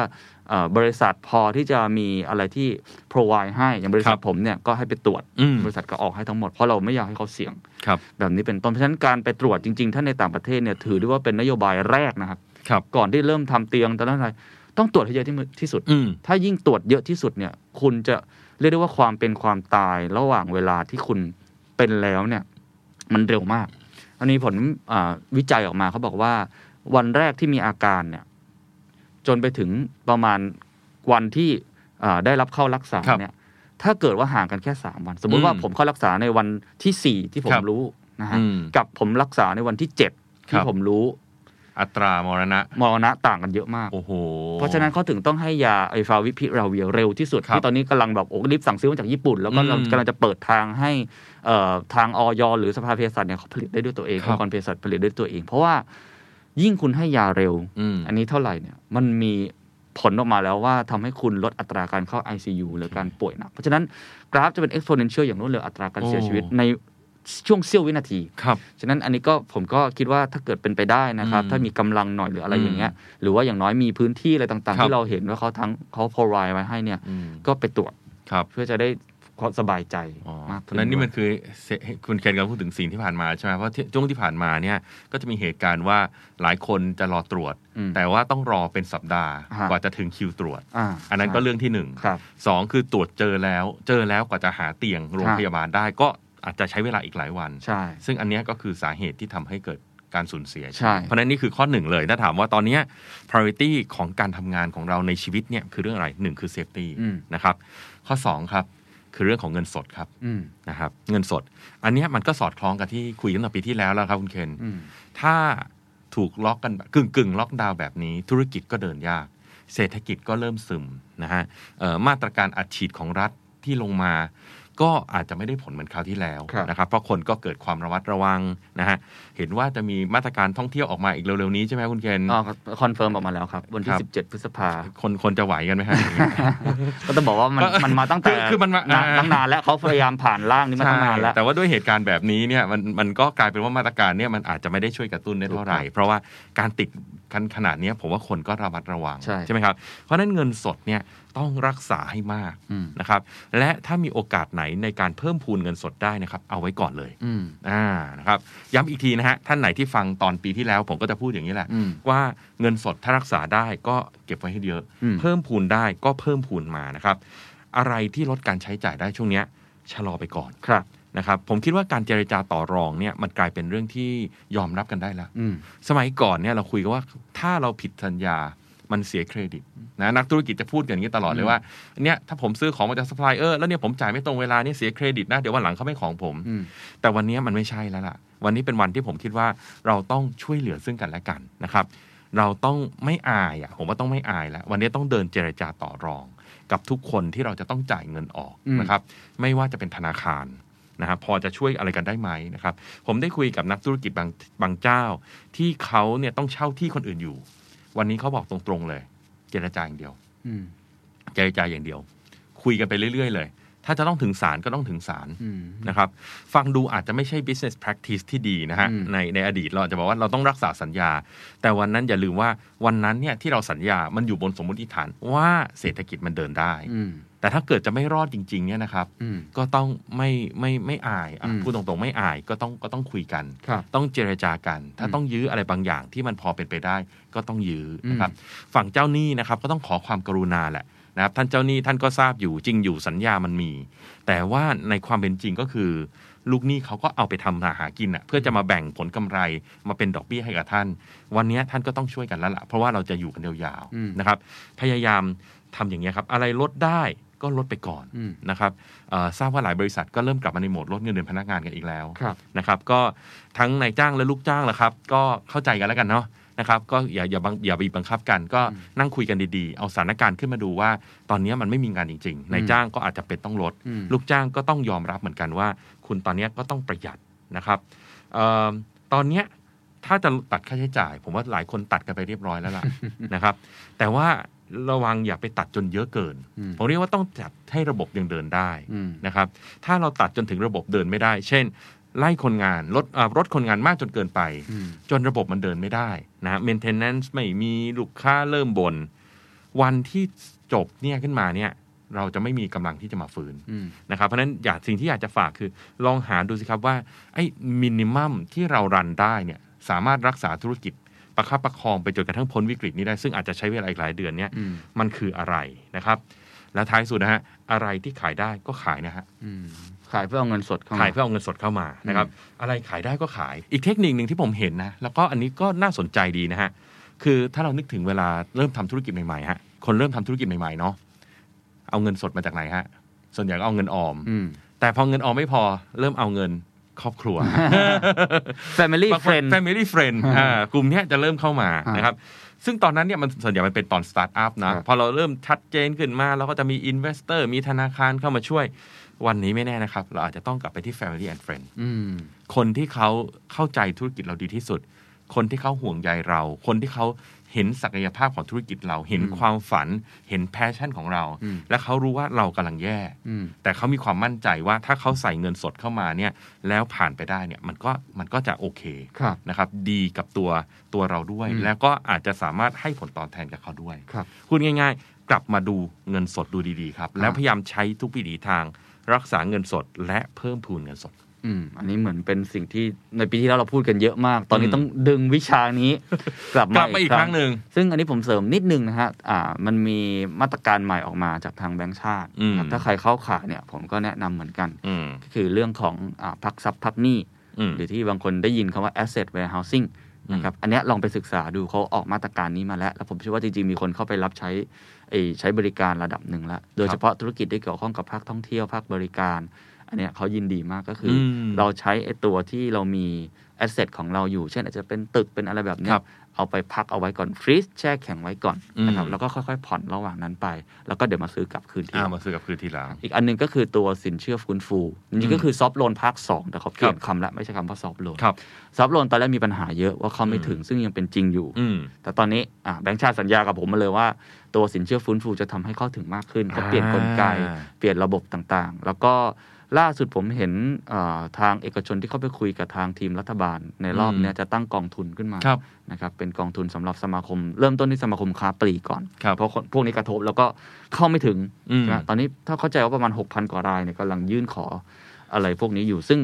Speaker 3: เอ่อบริษัทพอที่จะมีอะไรที่ provide ให้ อย่างบริษั
Speaker 4: ครั
Speaker 3: ท
Speaker 4: บ
Speaker 3: ผมเนี่ยก็ให้ไปตรวจ
Speaker 4: อืม
Speaker 3: บริษัทก็ออกให้ทั้งหมด เพราะเราไม่อยากให้เขาเสี่ยง
Speaker 4: ครับ
Speaker 3: แบบนี้เป็นต้น เพราะฉะนั้นการไปตรวจจริงๆ ถ้าในต่างประเทศเนี่ยถือได้ว่าเป็นนโยบายแรกนะครับ
Speaker 4: ครับ
Speaker 3: ก่อนที่เริ่มทำเตียงตอนนั้นอะไรต้องตรวจให้เยอะที่มือที่สุด
Speaker 4: อืม
Speaker 3: ถ้ายิ่งตรวจเยอะที่สุดเนี่ย คุณจะเรียกได้ว่าความเป็นความตายระหว่างเวลาที่คุณเป็นแล้วเนี่ย มันเร็วมาก อันนี้ผลอ่าวิจัยออกมาเขาบอกว่า วันแรกที่มีอาการเนี่ย จนไปถึงประมาณวันที่อ่าได้รับเข้ารักษา
Speaker 4: ครับ
Speaker 3: เนี่ย ถ้าเกิดว่าห่างกันแค่สามวัน สมมุติว่า
Speaker 4: อืม
Speaker 3: ผมเข้ารักษาในวันที่สี่ที่ผ
Speaker 4: ค
Speaker 3: ม
Speaker 4: รับ
Speaker 3: รู้นะฮะ
Speaker 4: อืม
Speaker 3: กับผมรักษาในวันที่เจ็ดที่
Speaker 4: ครับ
Speaker 3: ผมรู้
Speaker 4: อัตรามรณะ
Speaker 3: มรณะต่างกันเยอะมาก
Speaker 4: โอ้โห
Speaker 3: เพราะฉะนั้นเขาถึงต้องให้ยาไอฟาวิพิราเวียเร็วที่สุด
Speaker 4: ครับ
Speaker 3: ที่ตอนนี้กำลังแบบโอ้รีบสั่งซื้อมาจากญี่ปุ่น แล้วก็
Speaker 4: อืม
Speaker 3: กำลังจะเปิดทางให้เอ่อทางออยหรือสภาเภสัชเนี่ยเขาผลิตได้ด้วยตัวเอง
Speaker 4: ครั
Speaker 3: อบ งค์กรเภสัชผลิตได้ด้วยตัวเอง เพราะว่ายิ่งคุณให้ยาเร็ว
Speaker 4: อืม
Speaker 3: อันนี้เท่าไหร่เนี่ยมันมีผลออกมาแล้วว่าทำให้คุณลดอัตราการเข้า ICU หรือการป่วยหนัก เพราะฉะนั้นกราฟจะเป็น exponential อย่างรวดเร็วอัตราการเสีย
Speaker 4: โอ้
Speaker 3: ชีวิตในช่วงเสี้ยววินาที
Speaker 4: ครับ
Speaker 3: ฉะนั้นอันนี้ก็ผมก็คิดว่าถ้าเกิดเป็นไปได้นะครับ
Speaker 4: อืม
Speaker 3: ถ้ามีกำลังหน่อยหรืออะไร
Speaker 4: อืม
Speaker 3: อย่างเงี้ย หรือว่าอย่างน้อยมีพื้นที่อะไรต่าง
Speaker 4: ค
Speaker 3: ๆ
Speaker 4: รับ
Speaker 3: ที่เราเห็นว่าเขาทั้งเขาพอรายไว้ให้เนี่ย
Speaker 4: อืม
Speaker 3: ก็ไปตรวจ
Speaker 4: ครับ
Speaker 3: เพื่อจะได้ความสบายใจ
Speaker 4: อ๋อ
Speaker 3: มาก
Speaker 4: เพ
Speaker 3: ขึ้
Speaker 4: ราะฉะนั้นนี่มัน
Speaker 3: ด้วย
Speaker 4: คือเสคุณเคนกำลังพูดถึงสิ่งที่ผ่านมาใช่ไหมเพราะที่ช่วงที่ผ่านมาเนี่ยก็จะมีเหตุการณ์ว่าหลายคนจะรอตรวจ
Speaker 3: อืม
Speaker 4: แต่ว่าต้องรอเป็นสัปดาห์
Speaker 3: ฮะ
Speaker 4: กว่าจะถึงคิวตรวจ
Speaker 3: อ่า
Speaker 4: อันนั้นก็เรื่องที่หนึ่ง
Speaker 3: ครับ
Speaker 4: สองคือตรวจเจอแล้วเจอแล้วกว่าจะหาเตียงโรง
Speaker 3: ครับ
Speaker 4: พยาบาลได้ก็อาจจะใช้เวลาอีกหลายวัน
Speaker 3: ใช่
Speaker 4: ซึ่งอันเนี้ยก็คือสาเหตุที่ทำให้เกิดการสูญเสีย
Speaker 3: ใช่
Speaker 4: เพราะฉะนั้นนี่คือข้อหนึ่งเลยถ้าถามว่าตอนเนี้ย priority ของการทำงานของเราในชีวิตเนี่ยคือเรื่องอะไรหนึ่งคือ safety
Speaker 3: อืม
Speaker 4: นะครับ ข้อสองครับคือเรื่องของเงินสดครับ
Speaker 3: อืม
Speaker 4: นะครับเงินสด อันเนี้ยมันก็สอดคล้องกับที่คุยกันตั้งแต่ปีที่แล้วแล้วครับคุณเคน
Speaker 3: อืม
Speaker 4: ถ้าถูกล็อกกันกึ่งกึ่งๆล็อกดาวน์แบบนี้ ธุรกิจก็เดินยาก เศรษฐกิจก็เริ่มซึมนะฮะเอ่อมาตรการอัดฉีดของรัฐที่ลงมา ก็อาจจะไม่ได้ผลเหมือนคราวที่แล้ว
Speaker 3: ครับ
Speaker 4: นะครับเพราะคนก็เกิดความระมัดระวังนะฮะเห็นว่าจะมีมาตรการท่องเที่ยวออกมาอีกเร็วๆนี้ใช่ไหมคุณเคน
Speaker 3: อ๋อคอนเฟิร์มออกมาแล้วครับ วันที่
Speaker 4: ครับ
Speaker 3: 17 พฤษภา
Speaker 4: คนคนจะไหวกันไหมฮะ
Speaker 3: ก็ต้องบอกว่ามัน
Speaker 4: ก็
Speaker 3: มันมาตั้งแต่
Speaker 4: คือคือมันมาอ่า
Speaker 3: ตั้งนานแล้วเขาพยายามผ่านร่างนี้มาตั้งนานแล้ว
Speaker 4: ใช่แต่ว่าด้วยเหตุการณ์แบบนี้เนี่ยมันมันก็กลายเป็นว่ามาตรการเนี่ยมันอาจจะไม่ได้ช่วยกระตุ้นได้เท่าไหร่
Speaker 3: ถูกครับ
Speaker 4: เพราะว่าการติดกันขนาดเนี้ยผมว่าคนก็ระมัดระวัง
Speaker 3: ใช่
Speaker 4: ไหมครับ เพราะฉะนั้นเงินสดเนี่ยต้องรักษาให้มาก
Speaker 3: อืม
Speaker 4: นะครับ และถ้ามีโอกาสไหนในการเพิ่มพูนเงินสดได้นะครับ เอาไว้ก่อนเลย
Speaker 3: อืม
Speaker 4: อ่านะครับย้ำอีกทีนะฮะท่านไหนที่ฟังตอนปีที่แล้ว ผมก็จะพูดอย่างนี้แหละ
Speaker 3: อืม
Speaker 4: ว่าเงินสดถ้ารักษาได้ก็เก็บไว้ให้เยอะ
Speaker 3: อืม
Speaker 4: เพิ่มพูนได้ก็เพิ่มพูนมานะครับ อะไรที่ลดการใช้จ่ายได้ช่วงเนี้ยชะลอไปก่อน
Speaker 3: ครับ
Speaker 4: นะครับผมคิดว่าการเจรจาต่อรองเนี่ยมันกลายเป็นเรื่องที่ยอมรับกันได้แล้ว
Speaker 3: อืม
Speaker 4: สมัยก่อนเนี่ยเราคุยกันว่าถ้าเราผิดสัญญามันเสียเครดิตนะนักธุรกิจจะพูดกันอย่างนี้ตลอดเลยว่าเนี่ยถ้าผมซื้อของมาจากซัพพลายเออร์แล้วเนี่ยผมจ่ายไม่ตรงเวลาเนี่ยเสียเครดิตนะเดี๋ยววันหลังเขาไม่ของผม
Speaker 3: อืม
Speaker 4: แต่วันนี้มันไม่ใช่แล้วล่ะ วันนี้เป็นวันที่ผมคิดว่าเราต้องช่วยเหลือซึ่งกันและกันนะครับ เราต้องไม่อายอ่ะ ผมว่าต้องไม่อายแล้ว วันนี้ต้องเดินเจรจาต่อรอง กับทุกคนที่เราจะต้องจ่ายเงินออก
Speaker 3: อืม
Speaker 4: นะครับ ไม่ว่าจะเป็นธนาคารนะครับพอจะช่วยอะไรกันได้ไหมนะครับ ผมได้คุยกับนักธุรกิจบางบางเจ้า ที่เขาเนี่ยต้องเช่าที่คนอื่นอยู่ วันนี้เขาบอกตรงๆเลย เจรจาอย่างเดียว
Speaker 3: อืม
Speaker 4: เจรจาอย่างเดียว คุยกันไปเรื่อยๆ เลย ถ้าจะต้องถึงศาลก็ต้องถึงศาล
Speaker 3: อืม
Speaker 4: นะครับฟังดูอาจจะไม่ใช่ business practice ที่ดีนะฮะ
Speaker 3: อืม
Speaker 4: ในในอดีตเราอาจจะบอกว่าเราต้องรักษาสัญญา แต่วันนั้นอย่าลืมว่าวันนั้นเนี่ยที่เราสัญญามันอยู่บนสมมติฐานว่าเศรษฐกิจมันเดินได้
Speaker 3: อืม
Speaker 4: แต่ถ้าเกิดจะไม่รอดจริงๆเนี่ยนะครับ
Speaker 3: อืม
Speaker 4: ก็ต้องไม่ไม่ไม่อายอ่ะ
Speaker 3: อืม
Speaker 4: พูดตรงๆไม่อายก็ต้องก็ต้องคุยกัน
Speaker 3: ครับ
Speaker 4: ต้องเจรจากัน ถ้า
Speaker 3: อืม
Speaker 4: ต้องยื้ออะไรบางอย่างที่มันพอเป็นไปได้ ก็ต้องยื้อนะครับ ฝั่งเจ้าหนี้นะครับ ก็ต้องขอความกรุณาแหละนะครับ ท่านเจ้าหนี้ท่านก็ทราบอยู่จริงอยู่สัญญามันมี แต่ว่าในความเป็นจริงก็คือ ลูกหนี้เขาก็เอาไปทำมาหากินอ่ะเพื่อจะมาแบ่งผลกำไรมาเป็นดอกเบี้ยให้กับท่าน วันนี้ท่านก็ต้องช่วยกันแล้วล่ะเพราะว่าเราจะอยู่กันยาว
Speaker 3: อืม
Speaker 4: ๆนะครับ พยายามทำอย่างนี้ยครับ อะไรลดได้ก็ลดไปก่อน
Speaker 3: อืม
Speaker 4: นะครับเอ่อทราบว่าหลายบริษัทก็เริ่มกลับมาในโหมดลดเงินเดือนพนักงานกันอีกแล้ว
Speaker 3: ครับ
Speaker 4: นะครับก็ทั้งนายจ้างและลูกจ้างแหละครับ ก็เข้าใจกันแล้วกันเนาะนะครับก็อย่าอย่าบังอย่าบีบบังคับกัน ก็นั่งคุยกันดีๆ เอาสถานการณ์ขึ้นมาดูว่า ตอนนี้มันไม่มีงานจริงๆนายจ้างก็อาจจะเป็นต้องลด
Speaker 3: อืม
Speaker 4: ลูกจ้างก็ต้องยอมรับเหมือนกันว่า คุณตอนนี้ก็ต้องประหยัดนะครับเอิ่มตอนเนี้ยถ้าจะตัดค่าใช้จ่าย ผมว่าหลายคนตัดกันไปเรียบร้อยแล้ว ล่ะ นะครับ แต่ว่าระวังอย่าไปตัดจนเยอะเกิน
Speaker 3: อืม
Speaker 4: ผมเรียกว่าต้องจัดให้ระบบยังเดินได้
Speaker 3: อืม
Speaker 4: นะครับถ้าเราตัดจนถึงระบบเดินไม่ได้ เช่น ไล่คนงานลดอ่ารถคนงานมากจนเกินไป
Speaker 3: อืม
Speaker 4: จนระบบมันเดินไม่ได้นะ maintenance ไม่มีลูกค้าเริ่มบน่นวันที่จบเนี่ยขึ้นมาเนี่ยเราจะไม่มีกำลังที่จะมาฟื้น
Speaker 3: อืม
Speaker 4: นะครับเพราะฉะนั้นอยากสิ่งที่อยากจะฝากคือลองหาดูสิครับว่าไอ้มินิมัมที่เรารันได้เนี่ยสามารถรักษาธุรกิจประคับประคองไปจนกระทั่งพ้นวิกฤตนี้ได้ซึ่งอาจจะใช้เวลาอีกหลายเดือนเนี่ย
Speaker 3: อืม
Speaker 4: มันคืออะไรนะครับ แล้วท้ายสุดนะฮะ อะไรที่ขายได้ก็ขายนะฮะ
Speaker 3: อืมขายเพื่อเอาเงินสดเข้ามา
Speaker 4: ขายเพื่อเอาเงินสดเข้ามานะครับ อะไรขายได้ก็ขาย อีกเทคนิคหนึ่งที่ผมเห็นนะ แล้วก็อันนี้ก็น่าสนใจดีนะฮะ คือถ้าเรานึกถึงเวลาเริ่มทำธุรกิจใหม่ๆฮะ คนเริ่มทำธุรกิจใหม่ๆเนาะ เอาเงินสดมาจากไหนฮะ ส่วนใหญ่ก็เอาเงินออม
Speaker 3: อืม
Speaker 4: แต่พอเงินออมไม่พอ เริ่มเอาเงินครอบครัว
Speaker 3: family
Speaker 4: บางคน
Speaker 3: friend
Speaker 4: Family Friend อ่ากลุ่มเนี้ยจะเริ่มเข้ามา
Speaker 3: อ่าน
Speaker 4: นะครับ ซึ่งตอนนั้นเนี่ยมันส่วนใหญ่มันเป็นตอนสตาร์ทอัพ
Speaker 3: ค
Speaker 4: นะ
Speaker 3: รับ
Speaker 4: พอเราเริ่มชัดเจนขึ้นมาเราก็จะมีอินเวสเตอร์มีธนาคารเข้ามาช่วย วันนี้ไม่แน่นะครับ เราอาจจะต้องกลับไปที่ Family and Friend
Speaker 3: อืม
Speaker 4: คนที่เขาเข้าใจธุรกิจเราดีที่สุด คนที่เขาห่วงใยเรา คนที่เขาเห็นศักยภาพของธุรกิจเรา เห็นความฝัน เห็นแพชชั่นของเรา
Speaker 3: อืม
Speaker 4: และเขารู้ว่าเรากำลังแย่
Speaker 3: อืม
Speaker 4: แต่เขามีความมั่นใจว่าถ้าเขาใส่เงินสดเข้ามาเนี่ยแล้วผ่านไปได้เนี่ยมันก็มันก็จะโอเค
Speaker 3: ครับ
Speaker 4: นะครับดีกับตัวตัวเราด้วย
Speaker 3: อืม
Speaker 4: แล้วก็อาจจะสามารถให้ผลตอบแทนกับเขาด้วย
Speaker 3: ครับ
Speaker 4: พูดง่าย ๆ กลับมาดูเงินสดดูดีๆครับ แล้ว
Speaker 3: อ่า
Speaker 4: พยายามใช้ทุกวิถีทาง รักษาเงินสดและเพิ่มพูนเงินสด
Speaker 3: อืม อันนี้เหมือนเป็นสิ่งที่ในปีที่แล้วเราพูดกันเยอะมาก ตอนนี้
Speaker 4: อืม
Speaker 3: ต้องดึงวิชา นี้ กลับ
Speaker 4: ก
Speaker 3: มา
Speaker 4: ลับมาอีกครั้งหนึ่ง
Speaker 3: ซึ่งอันนี้ผมเสริมนิดนึงนะฮะ อ่า มันมีมาตรการใหม่ออกมาจากทางแบงก์ชาติ
Speaker 4: อืม
Speaker 3: ครับถ้าใครเข้าข่ายเนี่ย ผมก็แนะนำเหมือนกัน
Speaker 4: อืม
Speaker 3: ก็คือเรื่องของอาพักทรัพย์พักหนี้
Speaker 4: อืม
Speaker 3: หรือที่บางคนได้ยินคำว่า asset warehousing
Speaker 4: อืม
Speaker 3: นะครับ อันเนี้ยลองไปศึกษาดูเขาออกมาตรการนี้มาแล้ว แล้วผมเชื่อว่าจริงๆ มีคนเข้าไปรับใช้ไอ้ใช้บริการระดับหนึ่งแล้ว โดยเฉพาะธุรกิจที่เกี่ยวข้องกับภาคท่องเที่ยวภาคบริการ อันเนี้ยเขายินดีมากก็คืออ
Speaker 4: ม
Speaker 3: เราใช้ไอ้ตัวที่เรามีแอสเซทของเราอยู่ เช่นอาจจะเป็นตึกเป็นอะไรแบบเนี้ย
Speaker 4: ครับ
Speaker 3: เอาไปพักเอาไว้ก่อนฟรีซแช่แข็งไว้ก่อนนะครับ
Speaker 4: อืม
Speaker 3: แล้วก็ค่อยๆผ่อนระหว่างนั้นไป แล้วก็เดี๋ยวมาซื้อกลับคืนทีห
Speaker 4: อ่า
Speaker 3: ลัง
Speaker 4: มาซื้อกับคืนทีหลัง
Speaker 3: อีกอันหนึงก็คือตัวสินเชื่อฟื้นฟูจริงๆก็คือซอฟโลนภาค 2 แต่เขาเปลี่ยนคำละไม่ใช่คำว่าซอฟโลน
Speaker 4: ครับ
Speaker 3: ซอฟโลนตอนแรกมีปัญหาเยอะว่าเขาไม่ถึงซึ่งยังเป็นจริงอยู่
Speaker 4: อืม
Speaker 3: แต่ตอนนี้อ่ะแบงค์ชาติสัญญากับผมมาเลยว่า ตัวสินเชื่อฟื้นฟูจะทำให้เข้าถึงมากขึ้นเขาเปลี่ยนกลไก
Speaker 4: อ่า
Speaker 3: เปลี่ยนระบบต่างๆ แล้วก็ล่าสุดผมเห็นเอ่อทางเอกชนที่เข้าไปคุยกับทางทีมรัฐบาล ในรอบเนี้ยจะตั้งกองทุนขึ้นมา
Speaker 4: ครับ
Speaker 3: นะครับเป็นกองทุนสำหรับสมาคม เริ่มต้นที่สมาคมค้าปลีกก่อน
Speaker 4: ครับ
Speaker 3: เพราะคนพวกนี้กระทบแล้วก็เข้าไม่ถึง
Speaker 4: อืม
Speaker 3: ใช่ไหมตอนนี้ถ้าเข้าใจว่าประมาณ 6,000 กว่ารายเนี่ยกำลังยื่นขออะไรพวกนี้อยู่ ซึ่ง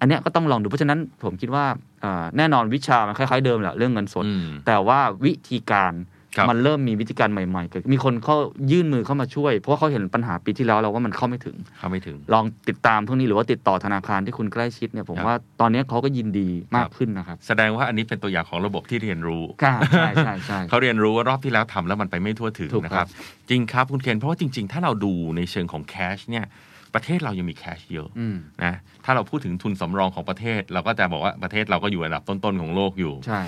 Speaker 3: อันเนี้ยก็ต้องลองดูเพราะฉะนั้นผมคิดว่าอ่าแน่นอนวิชามันคล้ายๆเดิมแหละเรื่องเงินสด
Speaker 4: อืม
Speaker 3: แต่ว่าวิธีการ
Speaker 4: ครับ
Speaker 3: มันเริ่มมีวิธีการใหม่ๆเกิดมีคนเข้ายื่นมือเข้ามาช่วย เพราะว่าเขาเห็นปัญหาปีที่แล้วเราว่ามันเข้าไม่ถึง
Speaker 4: เข้าไม่ถึง
Speaker 3: ลองติดตามพวกนี้หรือว่าติดต่อธนาคารที่คุณใกล้ชิดเนี่ยผม
Speaker 4: ครับ
Speaker 3: ว่าตอนนี้เขาก็ยินดีมากขึ้นนะครับ
Speaker 4: แสดงว่าอันนี้เป็นตัวอย่างของระบบที่เรียนรู้
Speaker 3: ค่ะใช่ใช่ใช่
Speaker 4: เขาเรียนรู้ว่ารอบที่แล้วทำแล้วมันไปไม่ทั่วถึง
Speaker 3: ถูก
Speaker 4: นะ
Speaker 3: ค
Speaker 4: ค
Speaker 3: รั
Speaker 4: รับ บ จริงครับคุณเคนเพราะว่าจริง ๆ ถ้าเราดูในเชิงของแคชเนี่ยประเทศเรายังมีแคชเยอะ
Speaker 3: อืม
Speaker 4: นะถ้าเราพูดถึงทุนสำรองของประเทศ เราก็จะบอกว่าประเทศเราก็อยู่อันดับต้นๆของโลกอยู่
Speaker 3: ใช่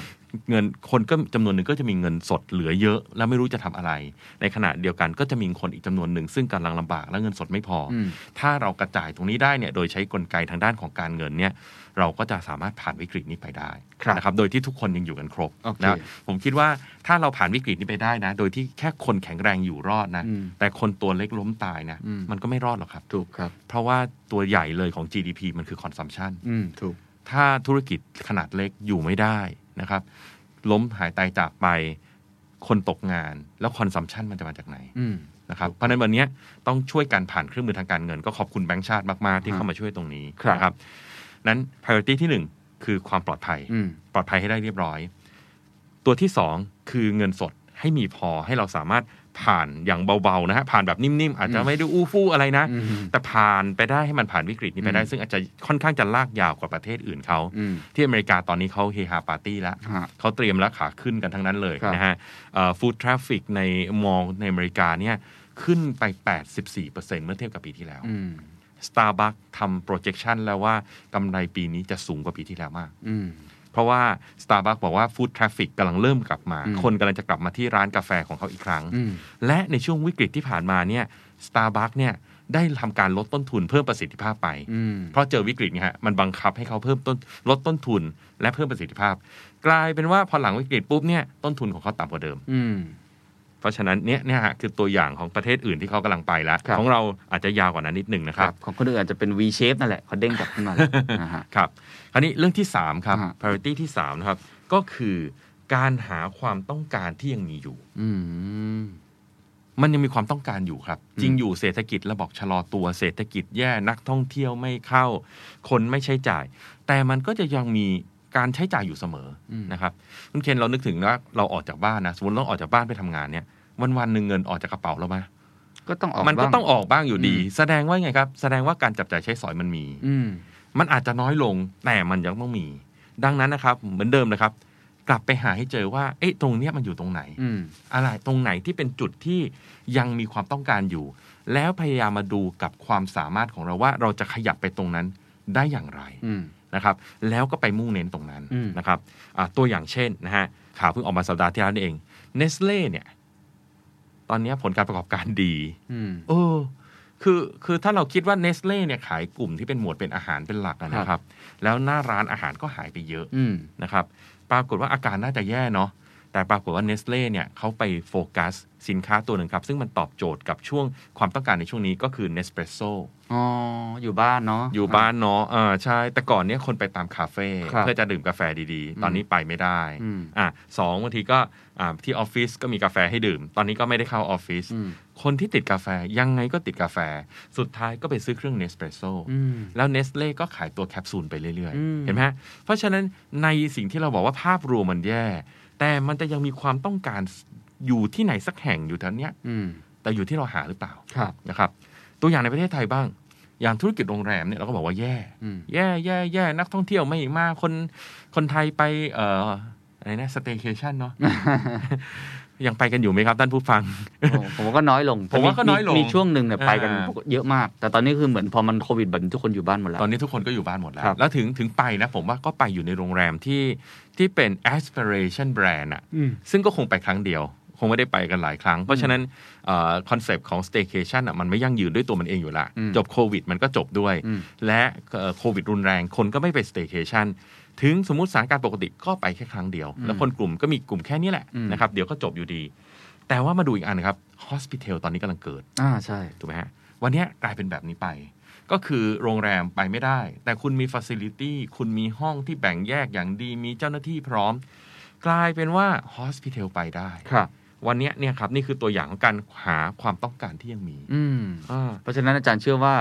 Speaker 4: เงินคนก็จำนวนหนึ่งก็จะมีเงินสดเหลือเยอะ แล้วไม่รู้จะทำอะไร ในขณะเดียวกันก็จะมีคนอีกจำนวนหนึ่งซึ่งกำลังลำบากและเงินสดไม่พออ
Speaker 3: ม
Speaker 4: ถ้าเรากระจายตรงนี้ได้เนี่ยโดยใช้กลไกทางด้านของการเงินเนี่ยเราก็จะสามารถผ่านวิกฤตนี้ไปได้
Speaker 3: ครับ
Speaker 4: นะครับโดยที่ทุกคนยังอยู่กันครบ
Speaker 3: โอเค
Speaker 4: นะผมคิดว่าถ้าเราผ่านวิกฤตนี้ไปได้นะ โดยที่แค่คนแข็งแรงอยู่รอดนะ
Speaker 3: อืม
Speaker 4: แต่คนตัวเล็กล้มตายนะ
Speaker 3: อืม
Speaker 4: มันก็ไม่รอดหรอกครับ
Speaker 3: ถูกครับ
Speaker 4: เพราะว่าตัวใหญ่เลยของ GDP มันคือ consumption
Speaker 3: อืมถูก
Speaker 4: ถ้าธุรกิจขนาดเล็กอยู่ไม่ได้นะครับ ล้มหายตายจากไปคนตกงาน แล้วคอนซัมชันมันจะมาจากไหน
Speaker 3: อืม
Speaker 4: นะครับเพราะฉะนั้นวันเนี้ยต้องช่วยกันผ่านเครื่องมือทางการเงิน ก็ขอบคุณแบงก์ชาติมาก ๆ ที่
Speaker 3: ครับ
Speaker 4: เข้ามาช่วยตรงนี้
Speaker 3: ครับ
Speaker 4: นะครับนั้น priority ที่ 1 คือความปลอดภัย
Speaker 3: อืม
Speaker 4: ปลอดภัยให้ได้เรียบร้อย ตัวที่ 2 คือเงินสดให้มีพอให้เราสามารถผ่านอย่างเบา ๆ นะฮะผ่านแบบนิ่ม ๆ อาจจะไม่ได้อู้ฟู่อะไรนะ
Speaker 3: อืม
Speaker 4: แต่ผ่านไปได้ให้มันผ่านวิกฤตนี้ไปได้
Speaker 3: อืม
Speaker 4: ซึ่งอาจจะค่อนข้างจะลากยาวกว่าประเทศอื่นเขา
Speaker 3: อืม
Speaker 4: ที่อเมริกาตอนนี้เขาเฮฮาปาร์ตี้แล้ว
Speaker 3: ฮะ
Speaker 4: เขาเตรียมแล้วขาขึ้นกันทั้งนั้นเลย
Speaker 3: ครับ
Speaker 4: นะฮะฟู้ดทราฟฟิกในมอลล์ในอเมริกาเนี่ยขึ้นไป 84%เมื่อเทียบกับปีที่แล้ว
Speaker 3: ืม
Speaker 4: Starbucks ทำ projection แล้วว่ากำไรปีนี้จะสูงกว่าปีที่แล้วมาก
Speaker 3: อืม
Speaker 4: เพราะว่า Starbucks บอกว่า Food Traffic กำลังเริ่มกลับมา
Speaker 3: อืม
Speaker 4: คนกำลังจะกลับมาที่ร้านกาแฟของเขาอีกครั้ง
Speaker 3: อืม
Speaker 4: และในช่วงวิกฤตที่ผ่านมาเนี่ย Starbucks เนี่ยได้ทำการลดต้นทุนเพิ่มประสิทธิภาพไป
Speaker 3: อืม
Speaker 4: เพราะเจอวิกฤตเนี่ยฮะมันบังคับให้เขาเพิ่มต้นลดต้นทุนและเพิ่มประสิทธิภาพ กลายเป็นว่าพอหลังวิกฤตปุ๊บเนี่ยต้นทุนของเขาต่ำกว่าเดิม
Speaker 3: อืม
Speaker 4: เพราะฉะนั้นเนี่ยเนี่ยฮะคือตัวอย่างของประเทศอื่นที่เขากำลังไปแล้ว
Speaker 3: ครับ
Speaker 4: ของเราอาจจะยาวกว่านั้นนิดหนึ่งนะ
Speaker 3: ค
Speaker 4: ค
Speaker 3: รั
Speaker 4: รั
Speaker 3: บบ ของคนอื่นอาจจะเป็น V shape นั่นแหละเขาเด้งกลับขึ้นมา แล้วนะฮะ
Speaker 4: ครับคราวนี้เรื่องที่ 3 ครับ
Speaker 3: อ่า
Speaker 4: priority ที่3นะครับก็คือการหาความต้องการที่ยังมีอยู่
Speaker 3: อืม
Speaker 4: มันยังมีความต้องการอยู่ครับ
Speaker 3: อืม
Speaker 4: จริงอยู่เศรษฐกิจระบอกชะลอตัวเศรษฐกิจแย่นักท่องเที่ยวไม่เข้า คนไม่ใช้จ่าย แต่มันก็จะยังมีการใช้จ่ายอยู่เสมออนะครับคุณเคนเรานึกถึงว่าเราออกจากบ้านนะสมมติเราออกจากบ้านไปทำงานเนี่ย วันวันๆหนึ่งเงินออกจากกระเป๋าเราไหม
Speaker 3: ก็ต้องออก
Speaker 4: มันก็
Speaker 3: บ้า
Speaker 4: ต้องออกบ้างอยู่ดี แสดงว่าไงครับ แสดงว่าการจับจ่ายใช้สอยมันมี
Speaker 3: อืม
Speaker 4: มันอาจจะน้อยลงแต่มันยังต้องมี ดังนั้นนะครับ เหมือนเดิมนะครับ กลับไปหาให้เจอว่าเอ๊ะตรงเนี้ยมันอยู่ตรงไหน
Speaker 3: อืม
Speaker 4: อะไรตรงไหนที่เป็นจุดที่ยังมีความต้องการอยู่ แล้วพยายามมาดูกับความสามารถของเราว่าเราจะขยับไปตรงนั้นได้อย่างไร
Speaker 3: อืม
Speaker 4: นะครับ แล้วก็ไปมุ่งเน้นตรงนั้น
Speaker 3: อืม
Speaker 4: นะครับอ่ะตัวอย่างเช่นนะฮะข่าวเพิ่งออกมาสัปดาห์ที่แล้วนี่เองเนสเล่เนี่ย ตอนนี้ผลการประกอบการดี
Speaker 3: อืม
Speaker 4: เออ คือ คือถ้าเราคิดว่าเนสเล่เนี่ยขายกลุ่มที่เป็นหมวดเป็นอาหารเป็นหลักอะนะครับ แล้วหน้าร้านอาหารก็หายไปเยอะ
Speaker 3: อืม
Speaker 4: นะครับปรากฏว่าอาการน่าจะแย่เนาะแต่ปรากฏว่าเนสเล่เนี่ยเขาไปโฟกัสสินค้าตัวหนึ่งครับ ซึ่งมันตอบโจทย์กับช่วงความต้องการในช่วงนี้ก็คือเนสเปรสโซ
Speaker 3: อ๋อ อยู่บ้านเนาะ
Speaker 4: อยู่บ้านเนาะอ่าใช่ แต่ก่อนเนี่ยคนไปตามคาเฟ่
Speaker 3: ครับ
Speaker 4: เพื่อจะดื่มกาแฟดี
Speaker 3: อืม
Speaker 4: ๆ ตอนนี้ไปไม่ได้
Speaker 3: อืม
Speaker 4: อ่ะสองบางทีก็อ่าที่ออฟฟิศก็มีกาแฟให้ดื่ม ตอนนี้ก็ไม่ได้เข้าออฟฟิศ
Speaker 3: อืม
Speaker 4: คนที่ติดกาแฟยังไงก็ติดกาแฟ สุดท้ายก็ไปซื้อเครื่องเนสเปรสโซ
Speaker 3: อืม
Speaker 4: แล้วเนสเล่ก็ขายตัวแคปซูลไปเรื่อย
Speaker 3: อืม
Speaker 4: ๆ เห็นไหมฮะเพราะฉะนั้นในสิ่งที่เราบอกว่าภาพรวมมันแย่ แต่มันจะยังมีความต้องการอยู่ที่ไหนสักแห่งอยู่แถวเนี้ย
Speaker 3: อืม
Speaker 4: แต่อยู่ที่เราหาหรือเปล่า
Speaker 3: ครับ
Speaker 4: นะครับ ตัวอย่างในประเทศไทยบ้าง อย่างธุรกิจโรงแรมเนี่ยเราก็บอกว่าแย่
Speaker 3: อืม
Speaker 4: แย่แย่แย่นักท่องเที่ยวไม่มา คนคนไทยไปเอ่ออะไรนะสเต y c a t i o n เนาะ ยังไปกันอยู่ไหมครับท่านผู้ฟัง
Speaker 3: ผมผมว่าก็น้อยลง
Speaker 4: ผมว่าก็น้อยลง
Speaker 3: มีช่วงหนึ่งเนี่ย
Speaker 4: อ่า
Speaker 3: ไปกันเยอะมาก แต่ตอนนี้คือเหมือนพอมันโควิดแบบนี้ทุกคนอยู่บ้านหมดแล้ว
Speaker 4: ตอนนี้ทุกคนก็อยู่บ้านหมดแล้
Speaker 3: ครั
Speaker 4: ว
Speaker 3: บ
Speaker 4: แล้วถึงถึงไปนะ ผมว่าก็ไปอยู่ในโรงแรมที่ที่เป็น aspiration brand อะ
Speaker 3: อืม
Speaker 4: ซึ่งก็คงไปครั้งเดียว คงไม่ได้ไปกันหลายครั้ง เพราะฉะนั้นคอนเซปต์ของ staycation อ่ะมันไม่ยั่งยืนด้วยตัวมันเองอยู่ละ
Speaker 3: อืม
Speaker 4: จบโควิดมันก็จบด้วย
Speaker 3: อืม
Speaker 4: และเอ่อโควิดรุนแรง คนก็ไม่ไป staycation ถึงสมมติสถานการณ์ปกติก็ไปแค่ครั้งเดียว แล้วคนกลุ่มก็มีกลุ่มแค่นี้แหละนะครับเดี๋ยวก็จบอยู่ดี แต่ว่ามาดูอีกอันครับ hospital ตอนนี้กำลังเกิด
Speaker 3: อ่าใช่
Speaker 4: ถูกไหมฮะ วันเนี้ยกลายเป็นแบบนี้ไป ก็คือโรงแรมไปไม่ได้ แต่คุณมีฟ a ซิลิตี้คุณมีห้องที่แบ่งแยกอย่างดี มีเจ้าหน้าที่พร้อม กลายเป็นว่าฮอสพิเทลไปได้
Speaker 3: ครับ
Speaker 4: วันเนี้ยเนี่ยครับ นี่คือตัวอย่างของการหาความต้องการที่ยังมี
Speaker 3: อืม
Speaker 4: อ่า
Speaker 3: เพราะฉะนั้นอาจารย์เชื่อว่า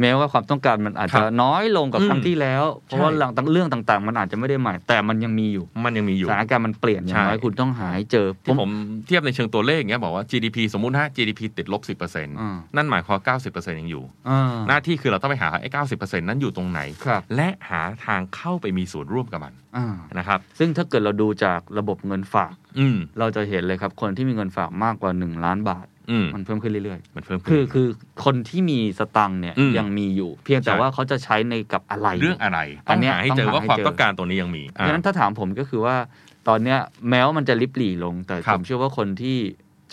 Speaker 3: แม้ว่าความต้องการมันอาจ
Speaker 4: ครั
Speaker 3: จะ
Speaker 4: บ
Speaker 3: น้อยลงกับ
Speaker 4: อืม
Speaker 3: ครั้งที่แล้ว เพราะว่า
Speaker 4: ใช่
Speaker 3: หลังต่างเรื่องต่างๆ มันอาจจะไม่ได้ใหม่แต่มันยังมีอยู่
Speaker 4: มันยังมีอยู่
Speaker 3: สถานการณ์มันเปลี่ยนอย่างน้อย
Speaker 4: ใช่
Speaker 3: คุณต้องหายเจอ
Speaker 4: ที่ผมเทียบในเชิงตัวเลขเงี้ยบอกว่า GDP สมมุตินะ GDP ติดลบ 10%
Speaker 3: อ่า
Speaker 4: นั่นหมายความว่า90%ยังอยู่
Speaker 3: อ่า
Speaker 4: หน้าที่คือเราต้องไปหาไอ้90%นั้นอยู่ตรงไหน
Speaker 3: ครับ
Speaker 4: และหาทางเข้าไปมีส่วนร่วมกับมัน
Speaker 3: อ่า
Speaker 4: นะครับ
Speaker 3: ซึ่งถ้าเกิดเราดูจากระบบเงินฝาก
Speaker 4: อืม
Speaker 3: เราจะเห็นเลยครับ คนที่มีเงินฝากมากกว่า 1 ล้านบาท
Speaker 4: อืม
Speaker 3: มันเพิ่มขึ้นเรื่อย
Speaker 4: มันเพิ่ม
Speaker 3: ๆ
Speaker 4: ขึ้น
Speaker 3: คือคือคนที่มีสตังค์เนี่ย
Speaker 4: อืม
Speaker 3: ยังมีอยู่ เพียงแต่
Speaker 4: ใช่
Speaker 3: ว่าเขาจะใช้ในกับอะไร
Speaker 4: เรื่องอะไร
Speaker 3: อั
Speaker 4: ต้อน ง
Speaker 3: เนี้ย
Speaker 4: หาให้
Speaker 3: ต้อง
Speaker 4: เจอ
Speaker 3: หา
Speaker 4: ว่า
Speaker 3: ให้
Speaker 4: ความ
Speaker 3: เจอ
Speaker 4: ต้องการตัวนี้ยังมี
Speaker 3: ดังนั้น
Speaker 4: อ่า
Speaker 3: ถ้าถามผมก็คือว่าตอนเนี้ยแม้ว่ามันจะริบหรี่ลง แต่
Speaker 4: ครั
Speaker 3: ผ
Speaker 4: บ
Speaker 3: มเชื่อว่าคนที่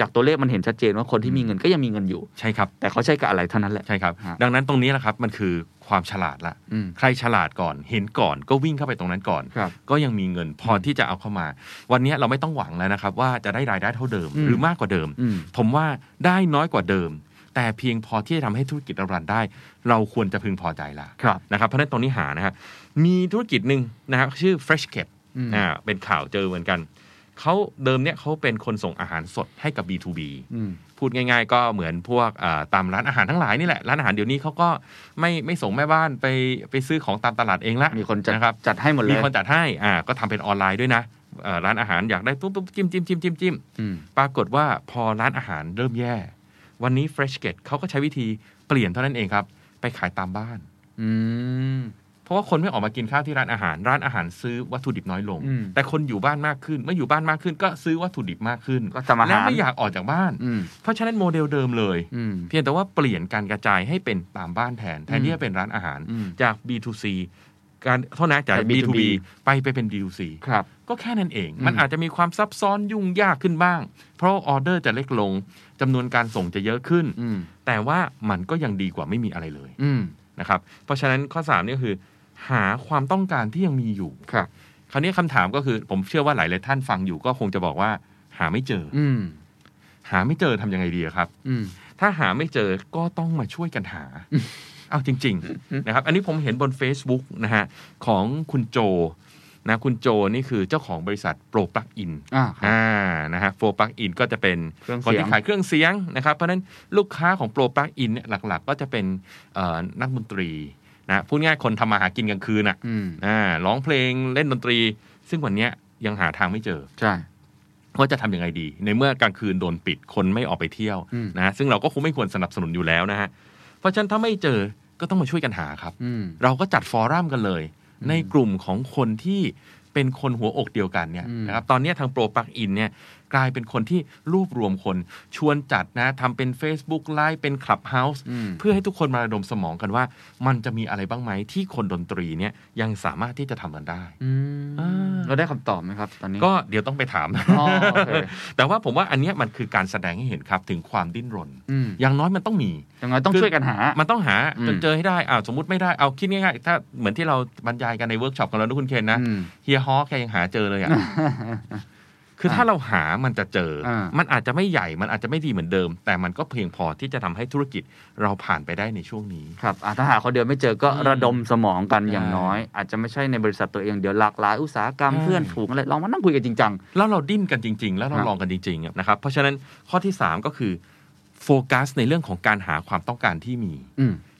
Speaker 3: จากตัวเลขมันเห็นชัดเจนว่าคนที่มีเงินก็ยังมีเงินอยู่
Speaker 4: ใช่ครับ
Speaker 3: แต่เขาใช้กับอะไรเท่านั้นแหละ
Speaker 4: ใช่ครับ
Speaker 3: ฮะ
Speaker 4: ดังนั้นตรงนี้แหละครับ มันคือความฉลาดละ
Speaker 3: อืม
Speaker 4: ใครฉลาดก่อนเห็นก่อนก็วิ่งเข้าไปตรงนั้นก่อน
Speaker 3: ครับ
Speaker 4: ก็ยังมีเงินพอที่จะเอาเข้ามา วันนี้เราไม่ต้องหวังแล้วนะครับ ว่าจะได้รายได้เท่าเดิม
Speaker 3: อืม
Speaker 4: หรือมากกว่าเดิม
Speaker 3: อืม
Speaker 4: ผมว่าได้น้อยกว่าเดิม แต่เพียงพอที่จะทำให้ธุรกิจเรารันได้ เราควรจะพึงพอใจละ
Speaker 3: ครับ
Speaker 4: นะครับเพราะฉะนั้นตรงนี้หานะฮะมีธุรกิจหนึ่งนะครับชื่อ Fresh Cap
Speaker 3: อืม
Speaker 4: อ่าเป็นข่าวเจอเหมือนกันเขาเดิมเนี่ยเขาเป็นคนส่งอาหารสดให้กับ B2B
Speaker 3: อืม
Speaker 4: พูดง่ายๆ ก็เหมือนพวกอ่าตามร้านอาหารทั้งหลายนี่แหละ ร้านอาหารเดี๋ยวนี้เขาก็ไม่ไม่ส่งแม่บ้านไปไปซื้อของตามตลาดเองละ
Speaker 3: มีคนจัด
Speaker 4: นะครับ
Speaker 3: จัดให้หมดเล
Speaker 4: มี
Speaker 3: ย
Speaker 4: คนจัดให้อ่าก็ทำเป็นออนไลน์ด้วยนะเอ่อร้านอาหารอยากได้ปุ๊บปุ๊บจิ้มจิ้มจิ้มจิ้มจิ้ม
Speaker 3: อืม
Speaker 4: ปรากฏว่าพอร้านอาหารเริ่มแย่ วันนี้ Fresh g a t e เขาก็ใช้วิธีเปลี่ยนเท่านั้นเองครับ ไปขายตามบ้าน
Speaker 3: อืม
Speaker 4: เพราะว่าคนไม่ออกมากินข้าวที่ร้านอาหาร ร้านอาหารซื้อวัตถุดิบน้อยลง
Speaker 3: อืม
Speaker 4: แต่คนอยู่บ้านมากขึ้นเมื่ออยู่บ้านมากขึ้น ก็ซื้อวัตถุดิบมากขึ้น
Speaker 3: ก็ทำอาหาร
Speaker 4: และไม่อยากออกจากบ้าน
Speaker 3: อืม
Speaker 4: เพราะฉะนั้นโมเดลเดิมเลย
Speaker 3: อืม
Speaker 4: เพียงแต่ว่าเปลี่ยนการกระจายให้เป็นตามบ้านแทน แทน
Speaker 3: อืม
Speaker 4: ที่จะเป็นร้านอาหาร
Speaker 3: อืม
Speaker 4: จาก B2C การเท่านั้นจาก
Speaker 3: จาก
Speaker 4: B2B
Speaker 3: B2B
Speaker 4: ไปไปเป็น B2C
Speaker 3: ครับ
Speaker 4: ก็แค่นั้นเอง
Speaker 3: อืม
Speaker 4: มันอาจจะมีความซับซ้อนยุ่งยากขึ้นบ้าง เพราะออเดอร์จะเล็กลงจำนวนการส่งจะเยอะขึ้น
Speaker 3: อืม
Speaker 4: แต่ว่ามันก็ยังดีกว่าไม่มีอะไรเลย
Speaker 3: อืม
Speaker 4: นะครับเพราะฉะนั้นข้อ3นี่ก็คือ หาความต้องการที่ยังมีอยู่
Speaker 3: ครับ
Speaker 4: คราวนี้คำถามก็คือผมเชื่อว่าหลายหลายๆท่านฟังอยู่ก็คงจะบอกว่า หาไม่เจอ
Speaker 3: อืม
Speaker 4: หาไม่เจอทำยังไงดีอะครับ
Speaker 3: อืม
Speaker 4: ถ้าหาไม่เจอก็ต้องมาช่วยกันหา เอาจริง ๆ นะครับ อันนี้ผมเห็นบน Facebook นะฮะ ของคุณโจนะคุณโจนี่คือเจ้าของบริษัทโปรปลักอิน
Speaker 3: อ่าครับ
Speaker 4: อ่านะฮะโปรปลักอินก็จะเป็น
Speaker 3: เครื่อง
Speaker 4: คน
Speaker 3: เสียง
Speaker 4: ที่ขายเครื่องเสียงนะครับ เพราะฉะนั้นลูกค้าของโปรปลักอินเนี่ยหลักๆ ก็จะเป็นเอ่อนักดนตรีนะพูดง่ายคนทำมาหากินกลางคืนอ่ะ
Speaker 3: อืม
Speaker 4: อ่าร้องเพลงเล่นดนตรี ซึ่งวันเนี้ยยังหาทางไม่เจอ
Speaker 3: ใช่
Speaker 4: ว่าจะทำยังไงดี ในเมื่อกลางคืนโดนปิดคนไม่ออกไปเที่ยว
Speaker 3: อืม
Speaker 4: นะฮะซึ่งเราก็คงไม่ควรสนับสนุนอยู่แล้วนะฮะเพราะฉะนั้นถ้าไม่เจอก็ต้องมาช่วยกันหาครับ
Speaker 3: อืม
Speaker 4: เราก็จัดฟอรัมกันเลย ในกลุ่มของคนที่เป็นคนหัวอกเดียวกันเนี่ย
Speaker 3: อืม
Speaker 4: นะครับตอนเนี้ยทางโปรปักอินเนี่ยกลายเป็นคนที่รวบรวมคนชวนจัดนะทำเป็น Facebook ไลฟ์เป็น Clubhouse
Speaker 3: อืม
Speaker 4: เพื่อให้ทุกคนมาระดมสมองกันว่า มันจะมีอะไรบ้างไหมที่คนดนตรีเนี่ยยังสามารถที่จะทำกันได้
Speaker 3: อื
Speaker 4: อ่
Speaker 3: มา เราได้คำตอบไหมครับ ตอนนี้
Speaker 4: ก็เดี๋ยวต้องไปถาม
Speaker 3: อ๋อโอเค
Speaker 4: แต่ว่าผมว่าอันเนี้ยมันคือการแสดงให้เห็นครับ ถึงความดิ้นรน
Speaker 3: อืม
Speaker 4: อย่างน้อยมันต้องมี
Speaker 3: ยังไงต้องช่วยกันหา
Speaker 4: มันต้องหา
Speaker 3: อืม
Speaker 4: จนเจอให้ได้อ้าวสมมติไม่ได้เอาคิดง่ายๆ ถ้าเหมือนที่เราบรรยายกันในเวิร์กช็อปของเรานะคุณเคนนะ
Speaker 3: อืม
Speaker 4: เฮียฮอแกยังหาเจอ เลยอ่ะ คือถ้าเราหามันจะเจอ
Speaker 3: อ่ามั
Speaker 4: มันอาจจะไม่ใหญ่มันอาจจะไม่ดีเหมือนเดิม แต่มันก็เพียงพอที่จะทำให้ธุรกิจเราผ่านไปได้ในช่วงนี้
Speaker 3: ครับอ่ะถ้าหาคนเดียวไม่เจอก็
Speaker 4: อืม
Speaker 3: ระดมสมองกัน
Speaker 4: ใช่
Speaker 3: อย่างน้อย อาจจะไม่ใช่ในบริษัทตัวเองเดี๋ยวหลากหลายอุตสาหกรรม
Speaker 4: ใช่
Speaker 3: เพื่อนฝูงอะไรลองมานั่งคุยกันจริงจัง
Speaker 4: แล้วเราดิ้นกันจริง ๆ แล้วเรา
Speaker 3: ครับ
Speaker 4: ลองกันจริงๆอะนะครับ เพราะฉะนั้นข้อที่สามก็คือโฟกัสในเรื่องของการหาความต้องการที่มี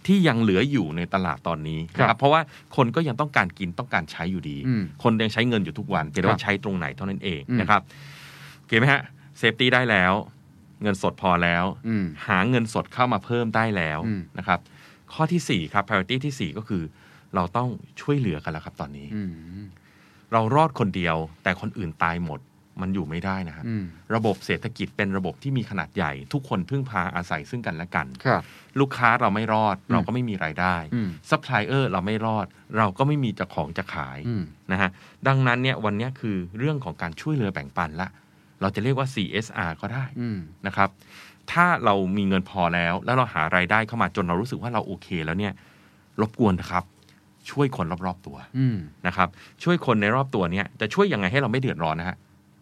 Speaker 4: ที่ยังเหลืออยู่ในตลาดตอนนี้
Speaker 3: ครับ
Speaker 4: นะครับเพราะว่าคนก็ยังต้องการกินต้องการใช้อยู่ดี
Speaker 3: อืม
Speaker 4: คนยังใช้เงินอยู่ทุกวันแต่
Speaker 3: ครั
Speaker 4: ว่า
Speaker 3: บ
Speaker 4: ใช้ตรงไหนเท่านั้นเอง
Speaker 3: อืม
Speaker 4: นะครับโอเก็บไหมฮะเซฟตี้ได้แล้ว เงินสดพอแล้ว
Speaker 3: อืม
Speaker 4: หาเงินสดเข้ามาเพิ่มได้แล้ว
Speaker 3: อืม
Speaker 4: นะครับ ข้อทีสี่4 ครับ priority ทีสี่ 4 ก็คือ เราต้องช่วยเหลือกันแล้วครับตอนนี้
Speaker 3: อืม
Speaker 4: เรารอดคนเดียว แต่คนอื่นตายหมด มันอยู่ไม่ได้นะฮะ
Speaker 3: อืม
Speaker 4: ระบบเศรษฐกิจเป็นระบบที่มีขนาดใหญ่ ทุกคนพึ่งพาอาศัยซึ่งกันและกัน
Speaker 3: ครับ
Speaker 4: ลูกค้าเราไม่รอด
Speaker 3: อืม
Speaker 4: เราก็ไม่มีรายได้
Speaker 3: อืม
Speaker 4: ซัพพลายเออร์เราไม่รอด เราก็ไม่มีจะของจะขาย
Speaker 3: อืม
Speaker 4: นะฮะดังนั้นเนี่ยวันเนี้ยคือเรื่องของการช่วยเหลือแบ่งปันละ เราจะเรียกว่า CSR ก็ได้
Speaker 3: อืม
Speaker 4: นะครับ ถ้าเรามีเงินพอแล้ว แล้วเราหารายได้เข้ามาจนเรารู้สึกว่าเราโอเคแล้วเนี่ยรบกวนนะครับ ช่วยคนรอบๆตัว
Speaker 3: อืม
Speaker 4: นะครับ ช่วยคนในรอบตัวเนี่ยจะช่วยยังไงให้เราไม่เดือดร้อนนะฮะ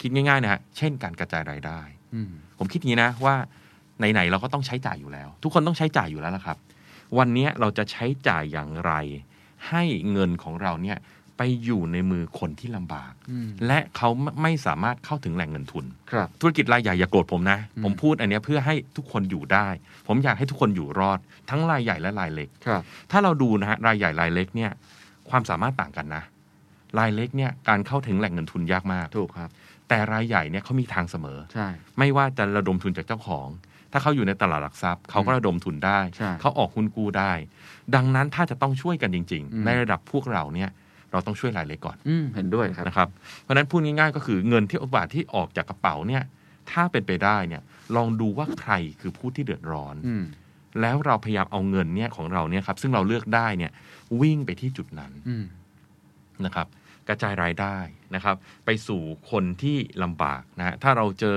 Speaker 4: คิดง่ายๆนะฮะเช่นการกระจายรายได้
Speaker 3: อืม
Speaker 4: ผมคิดอย่างนี้นะว่าไหนๆเราก็ต้องใช้จ่ายอยู่แล้ว ทุกคนต้องใช้จ่ายอยู่แล้วล่ะครับ วันเนี้ยเราจะใช้จ่ายอย่างไร ให้เงินของเราเนี่ยไปอยู่ในมือคนที่ลำบาก
Speaker 3: อืม
Speaker 4: และเขาไม่สามารถเข้าถึงแหล่งเงินทุน
Speaker 3: ครับ
Speaker 4: ธุรกิจรายใหญ่อย่าโกรธผมนะ
Speaker 3: อืม
Speaker 4: ผมพูดอันเนี้ยเพื่อให้ทุกคนอยู่ได้ ผมอยากให้ทุกคนอยู่รอด ทั้งรายใหญ่และรายเล็ก
Speaker 3: ครับ
Speaker 4: ถ้าเราดูนะฮะรายใหญ่รายเล็กเนี่ยความสามารถต่างกันนะ รายเล็กเนี่ยการเข้าถึงแหล่งเงินทุนยากมาก
Speaker 3: ถูกครับ
Speaker 4: แต่รายใหญ่เนี่ยเขามีทางเสมอ
Speaker 3: ใช่
Speaker 4: ไม่ว่าจะระดมทุนจากเจ้าของ ถ้าเขาอยู่ในตลาดหลักทรัพย์ เขาก็ระดมทุนได้
Speaker 3: ใช่
Speaker 4: เขาออกหุ้นกู้ได้ ดังนั้นถ้าจะต้องช่วยกันจริง
Speaker 3: อืม
Speaker 4: ๆ ในระดับพวกเราเนี่ย เราต้องช่วยรายเล็กก่อน
Speaker 3: อืม เห็นด้วยครับ
Speaker 4: นะครับ เพราะฉะนั้นพูดง่ายๆ ก็คือเงินที่บาทที่ออกจากกระเป๋าเนี่ย ถ้าเป็นไปได้เนี่ย ลองดูว่าใครคือผู้ที่เดือดร้อน
Speaker 3: อืม
Speaker 4: แล้วเราพยายามเอาเงินเนี่ยของเราเนี่ยครับ ซึ่งเราเลือกได้เนี่ยวิ่งไปที่จุดนั้น
Speaker 3: อืม
Speaker 4: นะครับกระจายรายได้นะครับ ไปสู่คนที่ลำบากนะฮะถ้าเราเจอ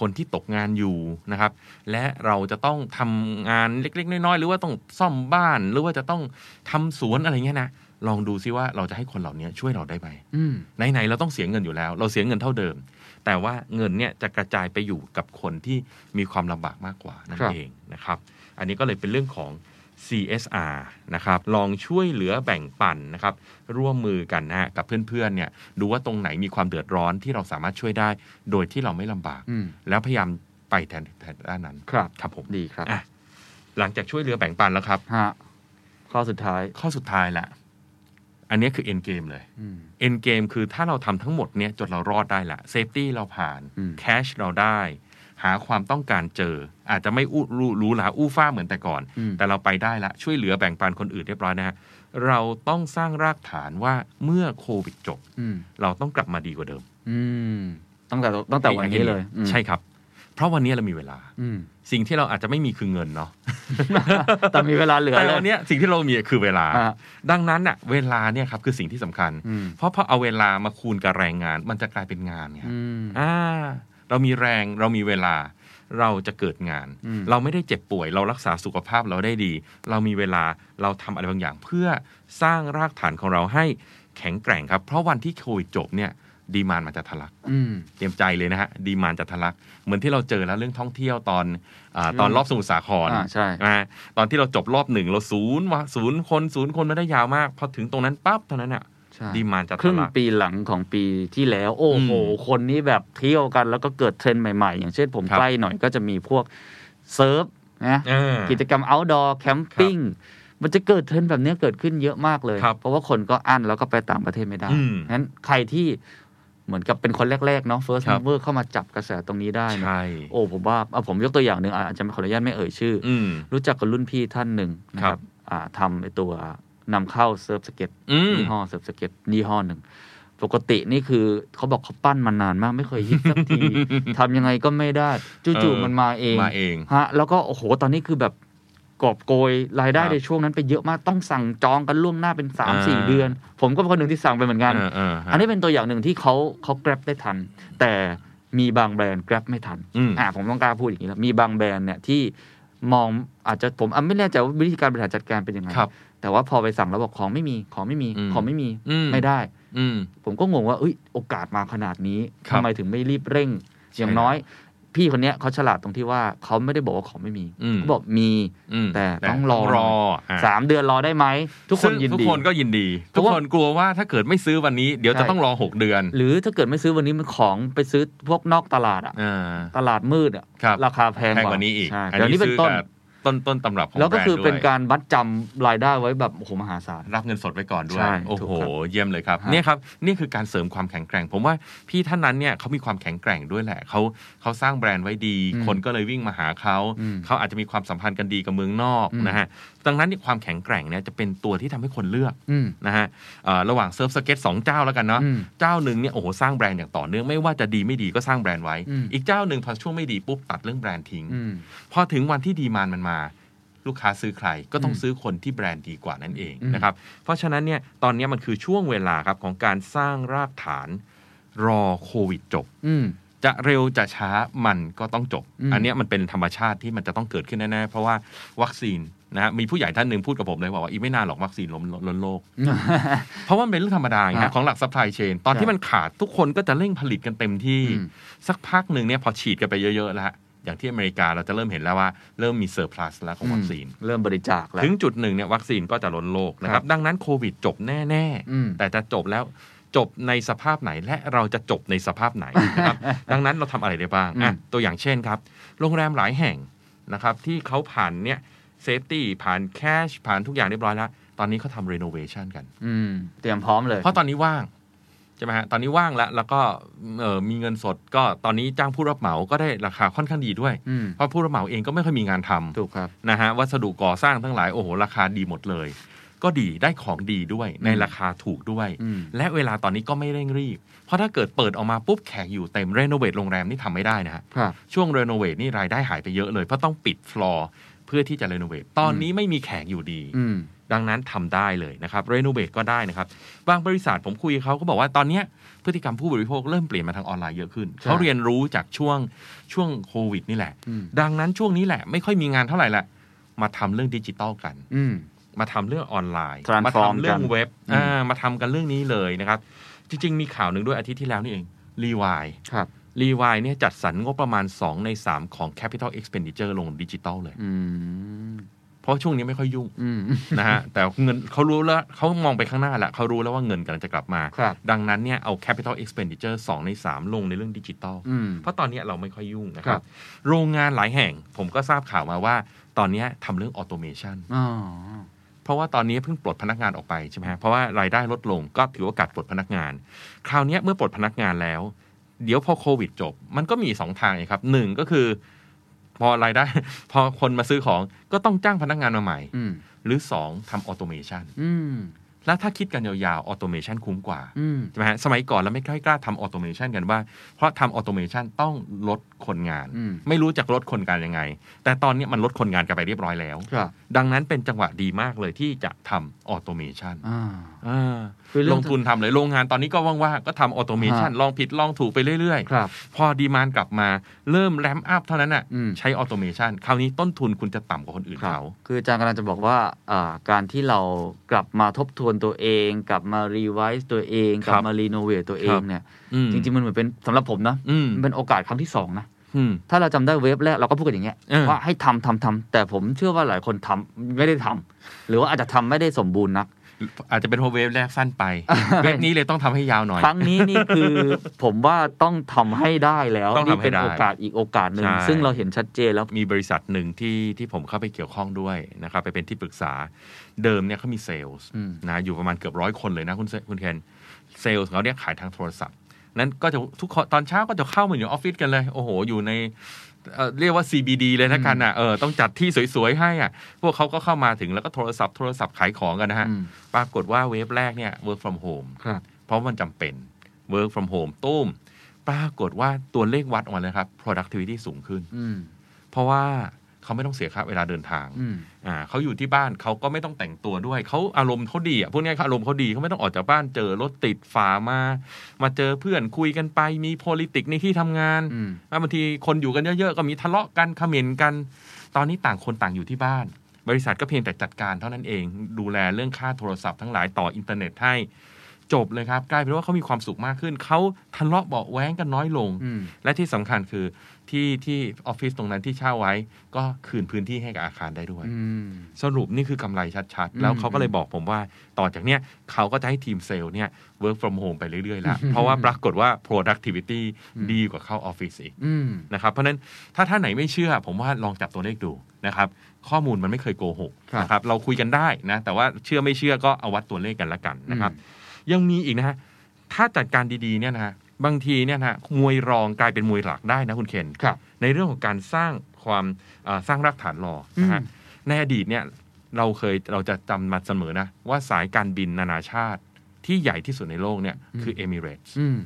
Speaker 4: คนที่ตกงานอยู่นะครับ และเราจะต้องทำงานเล็ก ๆ น้อยๆหรือว่าต้องซ่อมบ้าน หรือว่าจะต้องทำสวนอะไรเงี้ยนะลองดูซิว่าเราจะให้คนเหล่านี้ช่วยเราได้ไหม
Speaker 3: อืม
Speaker 4: ไหนๆเราต้องเสียเงินอยู่แล้ว เราเสียเงินเท่าเดิม แต่ว่าเงินเนี่ยจะกระจายไปอยู่กับคนที่มีความลำบากมากกว่านั่น
Speaker 3: ครับ
Speaker 4: เองนะครับ อันนี้ก็เลยเป็นเรื่องของ CSR นะครับ ลองช่วยเหลือแบ่งปันนะครับ ร่วมมือกันนะฮะกับเพื่อนๆเนี่ย ดูว่าตรงไหนมีความเดือดร้อนที่เราสามารถช่วยได้ โดยที่เราไม่ลำบาก
Speaker 3: อืม
Speaker 4: แล้วพยายามไปแทนแทนด้านนั้น
Speaker 3: ครับ
Speaker 4: ครับผม
Speaker 3: ดีครับ
Speaker 4: อ่ะหลังจากช่วยเหลือแบ่งปันแล้วครับ
Speaker 3: ฮะ ข้อสุดท้าย
Speaker 4: ข้อสุดท้ายละ อันนี้คือ end game เลย
Speaker 3: อืม
Speaker 4: end game คือถ้าเราทำทั้งหมดเนี่ยจนเรารอดได้ละ safety เราผ่าน
Speaker 3: อืม
Speaker 4: cash เราได้ หาความต้องการเจอ อาจจะไม่อู้รู้รู้หลาอู้ฟ้าเหมือนแต่ก่อน
Speaker 3: อืม
Speaker 4: แต่เราไปได้ละ ช่วยเหลือแบ่งปันคนอื่นเรียบร้อยนะฮะเราต้องสร้างรากฐานว่าเมื่อโควิดจบ
Speaker 3: อืม
Speaker 4: เราต้องกลับมาดีกว่าเดิม
Speaker 3: อืม ตั้งแต่ตั้งแต่วันนี้เลยอืม
Speaker 4: ใช่ครับ เพราะวันนี้เรามีเวลา
Speaker 3: อืม
Speaker 4: สิ่งที่เราอาจจะไม่มีคือเงินเนาะ
Speaker 3: แต่มีเวลาเหลือ
Speaker 4: แต่
Speaker 3: เลย
Speaker 4: วันเนี้ยสิ่งที่เรามีคือเวลา
Speaker 3: อ่ะ
Speaker 4: ดังนั้นอะเวลาเนี่ยครับคือสิ่งที่สำคัญ
Speaker 3: อืม
Speaker 4: เพราะพอเอาเวลามาคูณกับแรงงาน มันจะกลายเป็นงานไง
Speaker 3: อืม
Speaker 4: อ่า เรามีแรงเรามีเวลา เราจะเกิดงาน
Speaker 3: อืม
Speaker 4: เราไม่ได้เจ็บป่วย เรารักษาสุขภาพเราได้ดี เรามีเวลาเราทำอะไรบางอย่าง เพื่อสร้างรากฐานของเราให้แข็งแกร่งครับ เพราะวันที่โควิดจบเนี่ยดีมานมันจะทะลัก
Speaker 3: อืม
Speaker 4: เตรียมใจเลยนะฮะ ดีมานจะทะลัก เหมือนที่เราเจอแล้วเรื่องท่องเที่ยวตอนอาตอนรอบสมุทรสาคร
Speaker 3: อ่าใช่
Speaker 4: นะฮะตอนที่เราจบรอบหนึ่งเราศูนย์วะศูนย์คนศูนย์คนมาได้ยาวมากพอถึงตรงนั้นปั๊บเท่านั้นอ่ะ
Speaker 3: ใช่
Speaker 4: ดีมานจะ
Speaker 3: ครึ่
Speaker 4: ทะ
Speaker 3: ง
Speaker 4: ลัก
Speaker 3: ปีหลังของปีที่แล้ว โอ้โห
Speaker 4: อืม
Speaker 3: คนนี้แบบเที่ยวกันแล้วก็เกิดเทรนด์ใหม่ๆ อย่างเช่นผม
Speaker 4: ครับ
Speaker 3: ใกล้หน่อยก็จะมีพวกเซิร์ฟนะ
Speaker 4: อ่า
Speaker 3: กิจกรรม outdoor camping มันจะเกิดเทรนด์แบบเนี้ยเกิดขึ้นเยอะมากเลย
Speaker 4: ครับ
Speaker 3: เพราะว่าคนก็อั้นแล้วก็ไปต่างประเทศไม่ได้
Speaker 4: อืม
Speaker 3: งั้นใครที่เหมือนกับเป็นคนแรก ๆ เนาะ first
Speaker 4: ครับ
Speaker 3: mover เข้ามาจับกระแสตรงนี้ได้เนี่ย
Speaker 4: ใช่
Speaker 3: โอ้ผมว่าอ่ะผมยกตัวอย่างหนึ่งอ่ะอาจจะขออนุญาตไม่เอ่ยชื่ออ
Speaker 4: อืม
Speaker 3: รู้จักกับรุ่นพี่ท่านหนึ่งนะค
Speaker 4: ครั
Speaker 3: รับบ อ่าทำไอตัวนำเข้าเซิร์ฟสเก็ต
Speaker 4: อืม
Speaker 3: ยี่ห้อเซิร์ฟสเก็ตยี่ห้อหนึ่ง ปกตินี่คือเขาบอกเขาปั้นมานานมากไม่เคยฮิตสักที ทำยังไงก็ไม่ได้จู่
Speaker 4: เออ
Speaker 3: ๆมันมาเอง
Speaker 4: มาเอง
Speaker 3: ฮะแล้วก็โอ้โหตอนนี้คือแบบกอบโกยรายได้
Speaker 4: ครับ
Speaker 3: ในช่วงนั้นไปเยอะมากต้องสั่งจองกันล่วงหน้าเป็น3า
Speaker 4: อ่า
Speaker 3: สี่เดือน ผมก็เป็นคนหนึ่งที่สั่งไปเหมือนกัน
Speaker 4: เออเออฮะ
Speaker 3: อันนี้เป็นตัวอย่างหนึ่งที่เขาเขา grab ได้ทัน แต่มีบางแบรนด์ grab ไม่ทัน
Speaker 4: อืม
Speaker 3: อ่าผมต้องกล้าพูดอย่างนี้แล้วมีบางแบรนด์เนี่ยที่มองอาจจะผมอ่ะไม่แน่ใจว่าวิธีการบริหารจัดการเป็นยังไง
Speaker 4: ครับ
Speaker 3: แต่ว่าพอไปสั่งแล้วบอกของไม่มีของไม่มี
Speaker 4: อืม
Speaker 3: ของไม่มี
Speaker 4: อืม
Speaker 3: ไม่ได้
Speaker 4: อืม
Speaker 3: ผมก็งงว่าเอ้ยโอกาสมาขนาดนี้
Speaker 4: ครั
Speaker 3: ทำ
Speaker 4: บ
Speaker 3: ไมถึงไม่รีบเร่ง อย่างน้อย พี่คนเนี้ยเขาฉลาดตรงที่ว่าเขาไม่ได้บอกว่าของไม่มี
Speaker 4: อืม
Speaker 3: เขาบอกมี
Speaker 4: อืม
Speaker 3: แต่ต้องรอ
Speaker 4: รออ่ะ
Speaker 3: สามเดือนรอได้ไหมทุกคน
Speaker 4: ซึ่ง
Speaker 3: ยิน
Speaker 4: ทุก
Speaker 3: ดี
Speaker 4: คนก็ยินดี
Speaker 3: เพ
Speaker 4: ทุก
Speaker 3: ราะว่า
Speaker 4: คนกลัวว่าถ้าเกิดไม่ซื้อวันนี้ เดี๋ยว
Speaker 3: ใช่
Speaker 4: จะต้องรอหกเดือน
Speaker 3: หรือถ้าเกิดไม่ซื้อวันนี้มันของไปซื้อพวกนอกตลาดอะ
Speaker 4: อ่า
Speaker 3: ตลาดมืดอะ
Speaker 4: ครับ
Speaker 3: ราคาแพง
Speaker 4: แพงกว่านี้อีก
Speaker 3: ใช่
Speaker 4: อัน
Speaker 3: เดี๋ยว
Speaker 4: นี้
Speaker 3: นี้เป็นต้น
Speaker 4: ซื้อแบบ ต้นต้นตำรับของ
Speaker 3: แล้วก็
Speaker 4: บรนด์
Speaker 3: คือเป็น
Speaker 4: ด้วย
Speaker 3: การบัดจำรายได้ไว้แบบโอ้โหมหาศาล
Speaker 4: รับเงินสดไว้ก่อนด้ว
Speaker 3: ใช่
Speaker 4: ย โอ้โห
Speaker 3: ถูกครับ
Speaker 4: เยี่ยมเลยครับ
Speaker 3: ฮะ
Speaker 4: เนี่ยครับ นี่คือการเสริมความแข็งแกร่ง ผมว่าพี่ท่านนั้นเนี่ยเขามีความแข็งแกร่งด้วยแหละ เขาเขาสร้างแบรนด์ไว้ดี
Speaker 3: อืม
Speaker 4: คนก็เลยวิ่งมาหาเขา
Speaker 3: อืม
Speaker 4: เขาอาจจะมีความสัมพันธ์กันดีกับเมืองนอก
Speaker 3: อืม
Speaker 4: นะฮะ ดังนั้นเนี่ยความแข็งแกร่งเนี่ยจะเป็นตัวที่ทำให้คนเลือก
Speaker 3: อืม
Speaker 4: นะฮะเอ่อระหว่างเซิร์ฟสเก็ตสองเจ้าแล้วกันเนาะ
Speaker 3: อืม
Speaker 4: เจ้าหนึ่งเนี่ยโอ้โหสร้างแบรนด์อย่างต่อเนื่องไม่ว่าจะดีไม่ดีก็สร้างแบรนด์ไว้
Speaker 3: อืม
Speaker 4: อีกเจ้าหนึ่งพอช่วงไม่ดีปุ๊บตัดเรื่องแบรนด์ทิ้ง
Speaker 3: อืม
Speaker 4: พอถึงวันที่ดีมานด์มันมา ลูกค้าซื้อใครก็ต้อง
Speaker 3: อืม
Speaker 4: ซื้อคนที่แบรนด์ดีกว่านั่นเอง
Speaker 3: อืม
Speaker 4: นะครับ เพราะฉะนั้นเนี่ยตอนนี้มันคือช่วงเวลาครับของการสร้างรากฐานรอโควิดจบ
Speaker 3: อืม
Speaker 4: จะเร็วจะช้ามันก็ต้องจบ
Speaker 3: อืม
Speaker 4: อันเนี้ยมันเป็นธรรมชาติที่มันจะต้องเกิดขึ้นแน่ๆ เพราะว่าวัคซีนนะฮะมีผู้ใหญ่ท่านหนึ่งพูดกับผมเลยบอกว่าอีกไม่นานหรอกวัคซีนล้มล้นโลก
Speaker 3: อืม
Speaker 4: เพราะว่ามันเป็นเรื่องธรรมดาไง
Speaker 3: ฮะ
Speaker 4: ฮะของหลักซัพพลายเชนตอน
Speaker 3: ใช่
Speaker 4: ที่มันขาดทุกคนก็จะเร่งผลิตกันเต็มที่
Speaker 3: อืม
Speaker 4: สักพักหนึ่งเนี่ยพอฉีดกันไปเยอะๆแล้วฮะอย่างที่อเมริกาเราจะเริ่มเห็นแล้วว่าเริ่มมีเซอร์พลัสแล้วของวัคซีน
Speaker 3: เริ่มบริจาคแล้ว
Speaker 4: ถึงจุดหนึ่งเนี่ยวัคซีนก็จะล้นโลกนะค
Speaker 3: ครั
Speaker 4: รั
Speaker 3: บบ
Speaker 4: ดังนั้นโควิดจบแน่
Speaker 3: อืม
Speaker 4: ๆ แต่จะจบแล้วจบในสภาพไหนและเราจะจบในสภาพ ไหนนะครับ ดังนั้นเราทำอะไรได้บ้างอ่ะ
Speaker 3: อืม
Speaker 4: ตัวอย่างเช่นครับ โรงแรมหลายแห่งนะครับที่เขาผ่านเนี่ยเซฟตี้ผ่านแคชผ่านทุกอย่างเรียบร้อยแล้ว ตอนนี้เขาทำรีโนเวชันกัน
Speaker 3: ืม เตรียมพร้อมเลย
Speaker 4: เพราะตอนนี้ว่างใช่ไหมฮะตอนนี้ว่างแล้ว แล้วก็เอ่อมีเงินสดก็ตอนนี้จ้างผู้รับเหมาก็ได้ราคาค่อนข้างดีด้วย
Speaker 3: อืม
Speaker 4: เพราะผู้รับเหมาเองก็ไม่ค่อยมีงานทำ
Speaker 3: ถูกครับ
Speaker 4: นะฮะวัสดุก่อสร้างทั้งหลาย โอ้โห ราคาดีหมดเลย ก็ดีได้ของดีด้วยในราคาถูกด้วย
Speaker 3: อืม
Speaker 4: และเวลาตอนนี้ก็ไม่เร่งรีบ เพราะถ้าเกิดเปิดออกมาปุ๊บแขกอยู่เต็มเรโนเวทโรงแรมนี่ทำไม่ได้นะฮะ
Speaker 3: ครับ
Speaker 4: ช่วงเรโนเวทนี่รายได้หายไปเยอะเลย เพราะต้องปิดฟลอร์เพื่อที่จะเรโนเวทตอนนี้ไม่มีแขกอยู่ดี
Speaker 3: อืม
Speaker 4: ดังนั้นทำได้เลยนะครับเรโนเวทก็ได้นะครับ บางบริษัทผมคุยกับเขาก็บอกว่าตอนเนี้ยพฤติกรรมผู้บริโภคเริ่มเปลี่ยนมาทางออนไลน์เยอะขึ้น
Speaker 3: ใช่
Speaker 4: เขาเรียนรู้จากช่วงช่วงโควิดนี่แหละ
Speaker 3: อืม
Speaker 4: ดังนั้นช่วงนี้แหละไม่ค่อยมีงานเท่าไหร่แหละ มาทำเรื่องดิจิตอลกัน
Speaker 3: อืม
Speaker 4: มาทำเรื่องออนไลน์
Speaker 3: Transform
Speaker 4: มาทำเรื่อง
Speaker 3: กัน
Speaker 4: เว็บ
Speaker 3: อืม
Speaker 4: อ่ามาทำกันเรื่องนี้เลยนะครับ จริง ๆ มีข่าวหนึ่งด้วยอาทิตย์ที่แล้วนี่เองรีวาย
Speaker 3: ครับ
Speaker 4: รีวายเนี่ยจัดสรรงบประมาณ 2 ใน 3 ของ Capital Expenditure ลงดิจิตอลเลย
Speaker 3: อืม
Speaker 4: เพราะช่วงนี้ไม่ค่อยยุ่ง
Speaker 3: อืม
Speaker 4: นะฮะ แต่เงินเขารู้แล้วเขามองไปข้างหน้าละเขารู้แล้วว่าเงินกำลังจะกลับมา
Speaker 3: ครับ
Speaker 4: ดังนั้นเนี่ยเอา Capital Expenditure 2 ใน 3 ลงในเรื่องดิจิตอล
Speaker 3: อืม
Speaker 4: เพราะตอนเนี้ยเราไม่ค่อยยุ่งนะค
Speaker 3: ครั
Speaker 4: รับ บ โรงงานหลายแห่งผมก็ทราบข่าวมาว่า ตอนเนี้ยทำเรื่องออโตเมชัน
Speaker 3: อ๋อ
Speaker 4: เพราะว่าตอนนี้เพิ่งปลดพนักงานออกไปใช่ไหมฮะเพราะว่ารายได้ลดลงก็ถือโอกาสปลดพนักงาน คราวเนี้ยเมื่อปลดพนักงานแล้ว เดี๋ยวพอโควิดจบ มันก็มีสองทางไงครับหนึ่งก็คือ พอรายได้ พอคนมาซื้อของก็ต้องจ้างพนักงานมาใหม่
Speaker 3: อืม
Speaker 4: หรือสองทำออโตเมชัน
Speaker 3: อืม
Speaker 4: แล้วถ้าคิดกันยาวๆออโตเมชันคุ้มกว่า
Speaker 3: อืม
Speaker 4: ใช่ไหมฮะสมัยก่อนเราไม่ค่อยกล้าทำออโตเมชันกันว่า เพราะทำออโตเมชันต้องลดคนงาน
Speaker 3: อืม
Speaker 4: ไม่รู้จะลดคนงานยังไง แต่ตอนนี้มันลดคนงานกันไปเรียบร้อยแล้ว
Speaker 3: ครับ
Speaker 4: ดังนั้นเป็นจังหวะดีมากเลยที่จะทำออโตเมชัน
Speaker 3: อ่า
Speaker 4: อ่า
Speaker 3: คือเรื่
Speaker 4: ล
Speaker 3: อง
Speaker 4: งทุนทำเลยโรงงานตอนนี้ก็ว่างๆ ก็ทำออโตเมชัน
Speaker 3: ฮะ
Speaker 4: ลองผิดลองถูกไปเรื่อย
Speaker 3: ครับ
Speaker 4: ๆ พอดีมานกลับมาเริ่มแรมอัพเท่านั้นน่ะ
Speaker 3: อืม
Speaker 4: ใช้ออโตเมชันคราวนี้ต้นทุนคุณจะต่ำกว่าคนอื่น
Speaker 3: ครับ
Speaker 4: เขา
Speaker 3: คืออาจารย์กำลังจะบอกว่าอ่า การที่เรากลับมาทบทวนตัวเอง กลับมารีไวซ์ตัวเอง กลับ
Speaker 4: ครับ
Speaker 3: มารีโนเวทตัวเอ
Speaker 4: ค
Speaker 3: ง
Speaker 4: รับ
Speaker 3: เนี่ย
Speaker 4: อืม
Speaker 3: จริง ๆ มันเหมือนเป็นสำหรับผมนะ
Speaker 4: อืม
Speaker 3: มันเป็นโอกาสครั้งที่สองนะ
Speaker 4: อืม
Speaker 3: ถ้าเราจำได้เวฟแรกเราก็พูดกันอย่างเงี้ย
Speaker 4: เออ
Speaker 3: ว่าให้ทำทำทำแต่ผมเชื่อว่าหลายคนทำไม่ได้ทำหรือว่าอาจจะทำไม่ได้สมบูรณ์นัก
Speaker 4: อาจจะเป็นเพราะเวฟแรกสั้นไป เวฟนี้เลยต้องทำให้ยาวหน่อย
Speaker 3: ครั้งนี้นี่คือ ผมว่าต้องทำให้ได้แล้ว
Speaker 4: ต้อง
Speaker 3: นี่
Speaker 4: ทำให้
Speaker 3: เป็น
Speaker 4: ได้
Speaker 3: โอกาสอีกโอกาสหนึ่ง
Speaker 4: ใช่
Speaker 3: ซึ่งเราเห็นชัดเจนแล้ว
Speaker 4: มีบริษัทหนึ่งที่ที่ผมเข้าไปเกี่ยวข้องด้วยนะครับไปเป็นที่ปรึกษาเดิมเนี่ยเขามีเซลล์
Speaker 3: อืม
Speaker 4: นะอยู่ประมาณเกือบร้อยคนเลยนะคุณเซคุณเคนเซลล์ของเขาเนี่ยขายทางโทรศัพท์ นั้นก็จะทุกคนตอนเช้าก็จะเข้ามาอยู่ในออฟฟิศกันเลย โอ้โห อยู่ในเอ่อเรียกว่า CBD เลยนะกันอ่ะเออต้องจัดที่สวย ๆ ให้อ่ะพวกเขาก็เข้ามาถึงแล้วก็โทรศัพท์โทรศัพท์ขายของกันนะฮะ
Speaker 3: อืม
Speaker 4: ปรากฏว่าเวฟแรกเนี่ย work from home
Speaker 3: ครับ
Speaker 4: เพราะมันจำเป็น work from home ตุ้มปรากฏว่าตัวเลขวัดออกมาเลยครับ productivity สูงขึ้น
Speaker 3: อืม
Speaker 4: เพราะว่าเขาไม่ต้องเสียค่าเวลาเดินทาง
Speaker 3: อืม
Speaker 4: อ่าเขาอยู่ที่บ้านเขาก็ไม่ต้องแต่งตัวด้วย เขาอารมณ์เขาดีอ่ะพูดง่ายๆเขาอารมณ์เขาดีเขาไม่ต้องออกจากบ้านเจอรถติดฝ่ามา มาเจอเพื่อนคุยกันไปมี p o l i t i c ในที่ทำงาน
Speaker 3: อืม
Speaker 4: แล้วบางทีคนอยู่กันเยอะๆ ก็มีทะเลาะกันเขม่นกัน ตอนนี้ต่างคนต่างอยู่ที่บ้าน บริษัทก็เพียงแต่จัดการเท่านั้นเอง ดูแลเรื่องค่าโทรศัพท์ทั้งหลายต่ออินเทอร์เน็ตให้ จบเลยครับ กลายเป็นว่าเขามีความสุขมากขึ้น เขาทะเลาะเบาะแว้งกันน้อยลง
Speaker 3: อืม
Speaker 4: และที่สำคัญคือที่ที่ออฟฟิศตรงนั้นที่เช่าไว้ ก็คืนพื้นที่ให้กับอาคารได้ด้วย
Speaker 3: อืม
Speaker 4: สรุปนี่คือกำไรชัด
Speaker 3: อืม
Speaker 4: ๆ แล้วเขาก็เลยบอกผมว่าต่อจากเนี้ยเขาก็จะให้ทีมเซลล์เนี่ย work from home ไปเรื่อยๆ แล้ว เพราะว่าปรากฏว่า productivity
Speaker 3: อืม
Speaker 4: ดีกว่าเข้าออฟฟิศอีก
Speaker 3: อืม
Speaker 4: นะครับ เพราะฉะนั้นถ้าท่านไหนไม่เชื่อ ผมว่าลองจับตัวเลขดูนะครับ ข้อมูลมันไม่เคยโกหก
Speaker 3: ครับ
Speaker 4: นะครับ เราคุยกันได้นะ แต่ว่าเชื่อไม่เชื่อก็เอาวัดตัวเลขกันละกันนะครับ ยังมีอีกนะฮะ ถ้าจัดการดีๆเนี่ยนะฮะ บางทีเนี่ยนะฮะมวยรองกลายเป็นมวยหลักได้นะคุณเคน
Speaker 3: ครับ
Speaker 4: ในเรื่องของการสร้างความเอ่อสร้างรากฐานรอนะฮะ
Speaker 3: อืม
Speaker 4: ในอดีตเนี่ยเราเคยเราจะจำมาเสมอนะ ว่าสายการบินนานาชาติที่ใหญ่ที่สุดในโลกเนี่ยคือเอมิเรตส์
Speaker 3: อืม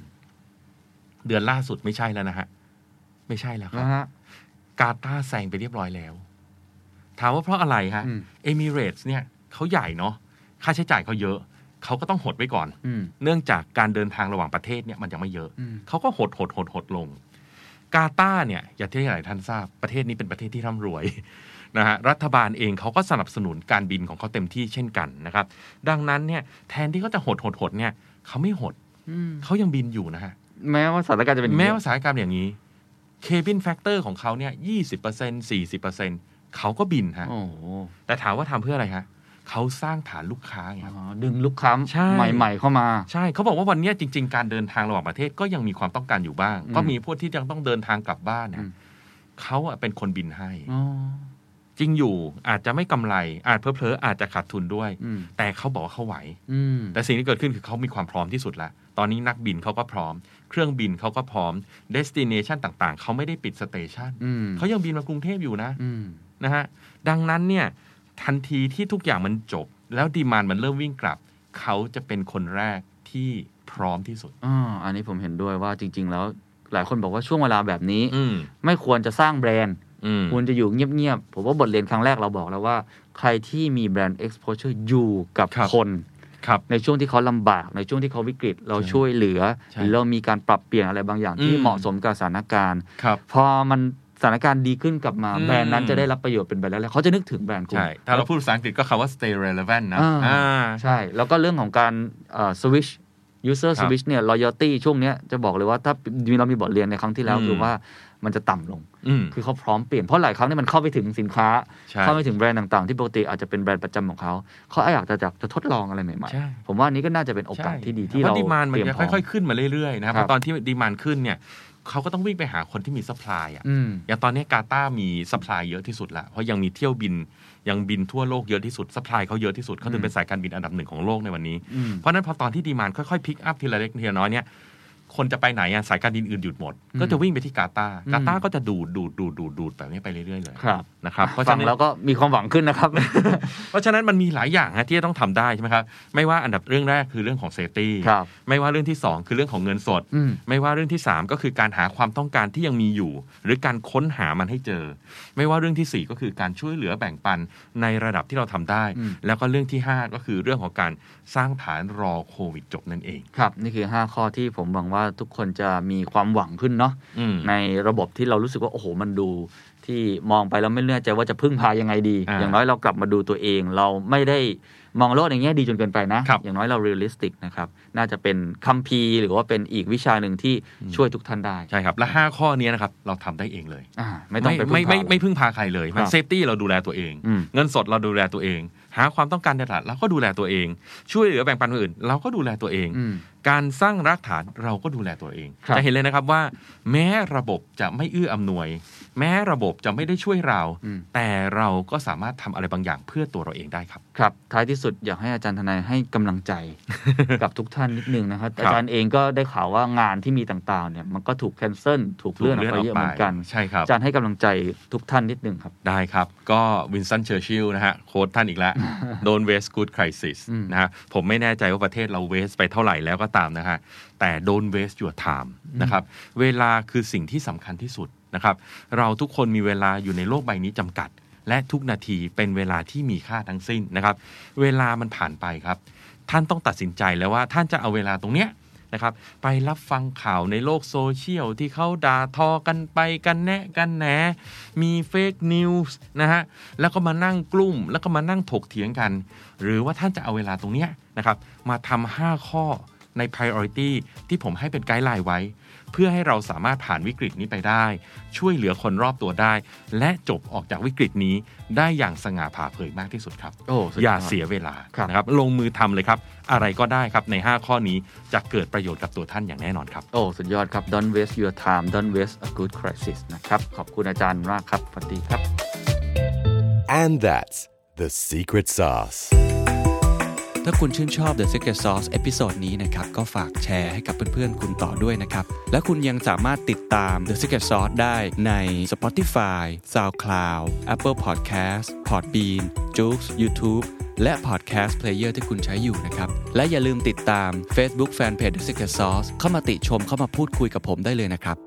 Speaker 4: เดือนล่าสุดไม่ใช่แล้วนะฮะ ไม่ใช่แล้วครั
Speaker 3: นะ
Speaker 4: บ
Speaker 3: ฮะ
Speaker 4: กาตาร์แซงไปเรียบร้อยแล้ว ถามว่าเพราะอะไรฮะ
Speaker 3: อืม
Speaker 4: เอมิเรตส์เนี่ยเขาใหญ่เนาะค่าใช้จ่ายเขาเยอะ เขาก็ต้องหดไว้ก่อน
Speaker 3: อืม
Speaker 4: เนื่องจากการเดินทางระหว่างประเทศเนี่ยมันยังไม่เยอะ
Speaker 3: อืม
Speaker 4: เขาก็หดหดหดหดลง กาตาร์เนี่ยอย่างที่หลายท่านทราบประเทศนี้เป็นประเทศที่ร่ำรวย นะฮะรัฐบาลเองเขาก็สนับสนุนการบินของเขาเต็มที่เช่นกันนะครับ ดังนั้นเนี่ยแทนที่เขาจะหดหดหดเนี่ยเขาไม่หด
Speaker 3: อืม
Speaker 4: เขายังบินอยู่นะฮะ
Speaker 3: แม้ว่าสถานการณ์จะเป็นอย่าง
Speaker 4: แม้
Speaker 3: นี้
Speaker 4: ว่าสถานการณ์อย่างนี้เคบินแฟกเตอร์ของเขาเนี่ยยี่สิบเปอร์เซ็นสี่สิบเปอร์เซ็นเขาก็บินฮะ
Speaker 3: โอ้โห
Speaker 4: แต่ถามว่าทำเพื่ออะไรฮะเขาสร้างฐานลูกค้าไงครับ
Speaker 3: อ๋อดึงลูกค้า
Speaker 4: ใช่
Speaker 3: ใหม่ ๆ เข้ามา
Speaker 4: ใช่เขาบอกว่าวันเนี้ยจริง ๆ การเดินทางระหว่างประเทศก็ยังมีความต้องการอยู่บ้าง
Speaker 3: อืม
Speaker 4: ก็มีพวกที่ยังต้องเดินทางกลับบ้าน
Speaker 3: อื
Speaker 4: นะ
Speaker 3: ม
Speaker 4: เขาอะเป็นคนบินให้
Speaker 3: อ๋อ
Speaker 4: จริงอยู่อาจจะไม่กำไร อาจเพลอๆอาจจะขาดทุนด้วย
Speaker 3: อืม
Speaker 4: แต่เขาบอกว่าเขาไหว
Speaker 3: อืม
Speaker 4: แต่สิ่งที่เกิดขึ้นคือเขามีความพร้อมที่สุดแล้ว ตอนนี้นักบินเขาก็พร้อม เครื่องบินเขาก็พร้อมเดสติเนชันต่างๆ เขาไม่ได้ปิดสเตชัน
Speaker 3: อืม
Speaker 4: เขายังบินมากรุงเทพอยู่นะ
Speaker 3: อืม
Speaker 4: นะฮะดังนั้นเนี่ยทันทีที่ทุกอย่างมันจบ แล้วดีมานมันเริ่มวิ่งกลับ เขาจะเป็นคนแรกที่พร้อมที่สุด
Speaker 3: อ๋ออันนี้ผมเห็นด้วยว่าจริง ๆ แล้วหลายคนบอกว่าช่วงเวลาแบบนี้
Speaker 4: อืม
Speaker 3: ไม่ควรจะสร้างแบรนด์
Speaker 4: อืม
Speaker 3: ควรจะอยู่เงียบ ๆ ผมว่าบทเรียนครั้งแรกเราบอกแล้วว่า ใครที่มีแบรนด์ exposure อยู่กับ
Speaker 4: ครับ
Speaker 3: คน
Speaker 4: ครับ
Speaker 3: ในช่วงที่เขาลำบาก ในช่วงที่เขาวิกฤต เรา
Speaker 4: ใช่
Speaker 3: ช่วยเหลือ
Speaker 4: ใช่
Speaker 3: หรือเรามีการปรับเปลี่ยนอะไรบางอย่างที่
Speaker 4: อืม
Speaker 3: เหมาะสมกับสถานการณ์
Speaker 4: ครับ
Speaker 3: พอมันสถานการณ์ดีขึ้นกลับมา
Speaker 4: อืม
Speaker 3: แบรนด์นั้นจะได้รับประโยชน์เป็นแบรนด์แรกเขาจะนึกถึงแบรนด์คุณ
Speaker 4: ใช่ ถ้าเราพูดภาษาอังกฤษก็คำว่า stay relevant นะ
Speaker 3: อ่า
Speaker 4: อ่า
Speaker 3: ใช่ แล้วก็เรื่องของการสวิช user
Speaker 4: ครับ
Speaker 3: switch เนี่ย loyalty ช่วงเนี้ยจะบอกเลยว่าถ้ามีเรามีบทเรียนในครั้งที่แล้ว
Speaker 4: อืม
Speaker 3: คือว่ามันจะต่ำลง
Speaker 4: อืม
Speaker 3: คือเขาพร้อมเปลี่ยนเพราะหลายครั้งเนี่ยมันเข้าไปถึงสินค้า
Speaker 4: ใช่
Speaker 3: เข้าไปถึงแบรนด์ต่างๆ ที่ปกติอาจจะเป็นแบรนด์ประจำของเขา เขาอยากจะจะทดลองอะไรใหม่
Speaker 4: ใช่
Speaker 3: ๆ ผมว่าอันนี้ก็น่าจะเป็นโอกาสที่ดีที่
Speaker 4: เพ
Speaker 3: เรา
Speaker 4: ราะดีมานมัน
Speaker 3: เตรียม
Speaker 4: จะ
Speaker 3: พร้อม
Speaker 4: ค่อยๆ ขึ้นมาเรื่อยๆนะครับ
Speaker 3: ครับ
Speaker 4: เพราะตอนที่ดีมานขึ้นเนี่ยเขาก็ต้องวิ่งไปหาคนที่มี supply อ่ะ
Speaker 3: อืม
Speaker 4: อย่างตอนนี้กาตาร์มีสป라이เยอะที่สุดละเพราะยังมีเที่ยวบินยังบินทั่วโลกเยอะที่สุดสป라이เขาเยอะที่สุดเขาถึงเป็นสายการบินอันดับหนึ่งของโลกในวันนี้
Speaker 3: อืม
Speaker 4: เพราะฉะนั้นพอตอนที่ดีมานค่อยๆพิกอัพทีละเล็กทีละน้อยเนี่ยคนจะไปไหนอะสายการบินอื่นหยุดหมด
Speaker 3: อืม
Speaker 4: ก็จะวิ่งไปที่กาตาร์
Speaker 3: อืม
Speaker 4: กาตาร์ก็จะดูดดูดดูดดูดดูดแบบนี้ไปเรื่อยๆเลย
Speaker 3: ครับ
Speaker 4: นะครับเพราะ
Speaker 3: ฟั
Speaker 4: ฉะ
Speaker 3: ง
Speaker 4: นั้น
Speaker 3: แล้วก็มีความหวังขึ้นนะครับ
Speaker 4: เพราะฉะนั้นมันมีหลายอย่างฮะที่จะต้องทำได้ใช่ไหมครับไม่ว่าอันดับเรื่องแรกคือเรื่องของเซฟตี้
Speaker 3: ครับ
Speaker 4: ไม่ว่าเรื่องที่สองคือเรื่องของเงินสด
Speaker 3: อืม
Speaker 4: ไม่ว่าเรื่องที่ 3 ก็คือการหาความต้องการที่ยังมีอยู่ หรือการค้นหามันให้เจอ ไม่ว่าเรื่องทีสี่ 4 ก็คือการช่วยเหลือแบ่งปันในระดับที่เราทำได้
Speaker 3: อืม
Speaker 4: แล้วก็เรื่องที่ 5 ก็คือเรื่องของการสร้างฐานรอโควิดจบนั่นเอง
Speaker 3: ครับ นี่คือ 5 ข้อที่ผมหวังว่าทุกคนจะมีความหวังขึ้นเนาะ
Speaker 4: อืม
Speaker 3: ในระบบที่เรารู้สึกว่า โอ้โห มันดู ที่มองไปแล้วไม่แน่ใจว่าจะพึ่งพายังไงดี
Speaker 4: อ่า
Speaker 3: อย่างน้อยเรากลับมาดูตัวเอง เราไม่ได้มองโลกในแง่ดีจนเกินไปนะ
Speaker 4: ครับ
Speaker 3: อย่างน้อยเราเรียลลิสติกนะครับน่าจะเป็นคัมภีร์หรือว่าเป็นอีกวิชาหนึ่งที่ช่วยทุกท่านได้
Speaker 4: ใช่ครับ และ 5 ข้อนี้นะครับ เราทำได้เองเลย
Speaker 3: อ่าไม่ต้องไปพึ่ง
Speaker 4: ไม่
Speaker 3: พาเลย
Speaker 4: ไม่ไม่พึ่งพาใครเลยมั
Speaker 3: ค
Speaker 4: น
Speaker 3: รับ
Speaker 4: เซฟตี้เราดูแลตัวเอง
Speaker 3: อืม
Speaker 4: เงินสดเราดูแลตัวเอง หาความต้องการในตลาดเราก็ดูแลตัวเอง ช่วยเหลือแบ่งปันคนอื่น เราก็ดูแลตัวเอง
Speaker 3: อืม
Speaker 4: การสร้างรากฐานเราก็ดูแลตัวเอง
Speaker 3: ครับ
Speaker 4: จะเห็นเลยนะครับว่า แม้ระบบจะไม่เอื้ออำนวย แม้ระบบจะไม่ได้ช่วยเรา
Speaker 3: อืม
Speaker 4: แต่เราก็สามารถทำอะไรบางอย่างเพื่อตัวเราเองได้ครับ
Speaker 3: ครับ ท้ายที่สุดอยากให้อาจารย์ทนายให้กำลัง ใจ กับทุกท่านนิดนึงนะครับ
Speaker 4: ครับ
Speaker 3: อาจารย์เองก็ได้ข่าวว่างานที่มีต่างๆเนี่ยมันก็ถูกแคนเซิลถูกเลื่อนออกไปเยอะเหมือนกัน
Speaker 4: ใช่ครับ
Speaker 3: อาจารย์ให้กำลังใจทุกท่านนิดนึงครับ
Speaker 4: ได้ครับ ก็วินสตันเชอร์ชิลนะฮะ โค้ดท่านอี กแล้ว โดนเวสกูดคริสิส
Speaker 3: อืม
Speaker 4: นะฮะผมไม่แน่ใจว่าประเทศเราเวสไปเท่าไหร่แล้วก็ตามนะฮะ แต่โดนเวสอยู่ไทม์นะครับ เวลาคือสิ่งที่สำคัญที่สุดนะครับ เราทุกคนมีเวลาอยู่ในโลกใบนี้จำกัด และทุกนาทีเป็นเวลาที่มีค่าทั้งสิ้นนะครับ เวลามันผ่านไปครับ ท่านต้องตัดสินใจแล้วว่าท่านจะเอาเวลาตรงเนี้ยนะครับ ไปรับฟังข่าวในโลกโซเชียลที่เขาด่าทอกันไปกันแนะกันแหน มีเฟกนิวส์นะฮะ แล้วก็มานั่งกลุ่ม แล้วก็มานั่งถกเถียงกัน หรือว่าท่านจะเอาเวลาตรงเนี้ย นะครับ มาทำห้าข้อใน Priority ที่ผมให้เป็นไกด์ไลน์ไว้ เพื่อให้เราสามารถผ่านวิกฤตนี้ไปได้ ช่วยเหลือคนรอบตัวได้ และจบออกจากวิกฤตนี้ได้อย่างสง่าผ่าเผยมากที่สุดครับ
Speaker 3: โอ้สุด
Speaker 4: อย่า
Speaker 3: ด
Speaker 4: เสียเวลา
Speaker 3: ครับ
Speaker 4: นะครับลงมือทำเลยครับ อะไรก็ได้ครับใน 5 ข้อนี้จะเกิดประโยชน์กับตัวท่านอย่างแน่นอนครับ
Speaker 3: โอ้ สุดยอดครับ Don't waste your time Don't waste a good crisis นะครับ ขอบคุณอาจารย์มากครับสวัสดีครับ
Speaker 1: And that's the secret sauce.
Speaker 5: ถ้าคุณชื่นชอบ The Secret Sauce เอพิโซดนี้นะครับ ก็ฝากแชร์ให้กับเพื่อนๆ คุณต่อด้วยนะครับ และคุณยังสามารถติดตาม The Secret Sauce ได้ใน Spotify, SoundCloud, Apple Podcast, Podbean, j o o x YouTube และ Podcast Player ที่คุณใช้อยู่นะครับ และอย่าลืมติดตาม Facebook Fanpage The Secret Sauce เข้ามาติชมเข้ามาพูดคุยกับผมได้เลยนะครับ